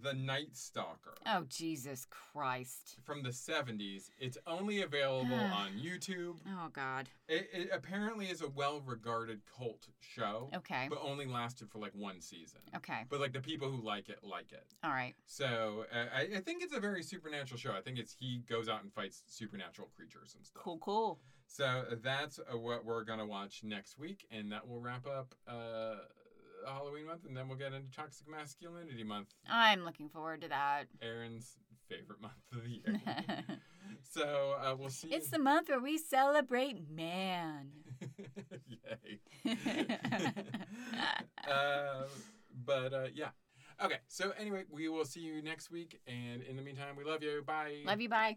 Speaker 3: the Night Stalker
Speaker 2: Oh, Jesus Christ.
Speaker 3: from the '70s. It's only available on YouTube.
Speaker 2: Oh, God.
Speaker 3: It, it apparently is a well-regarded cult show,
Speaker 2: Okay.
Speaker 3: but only lasted for like one season.
Speaker 2: Okay.
Speaker 3: But like the people who like it like it.
Speaker 2: All right.
Speaker 3: So uh, I, I think it's a very supernatural show. I think it's he goes out and fights supernatural creatures and stuff.
Speaker 2: Cool, cool.
Speaker 3: So that's uh, what we're gonna watch next week, and that will wrap up uh, Halloween month, and then we'll get into toxic masculinity month,
Speaker 2: I'm looking forward to that.
Speaker 3: Aaron's favorite month of the year. so uh, we'll see.
Speaker 2: It's the month where we celebrate man.
Speaker 3: Yay. uh, but uh, yeah. Okay. So anyway, we will see you next week, and in the meantime, we love you. Bye.
Speaker 2: Love you, bye.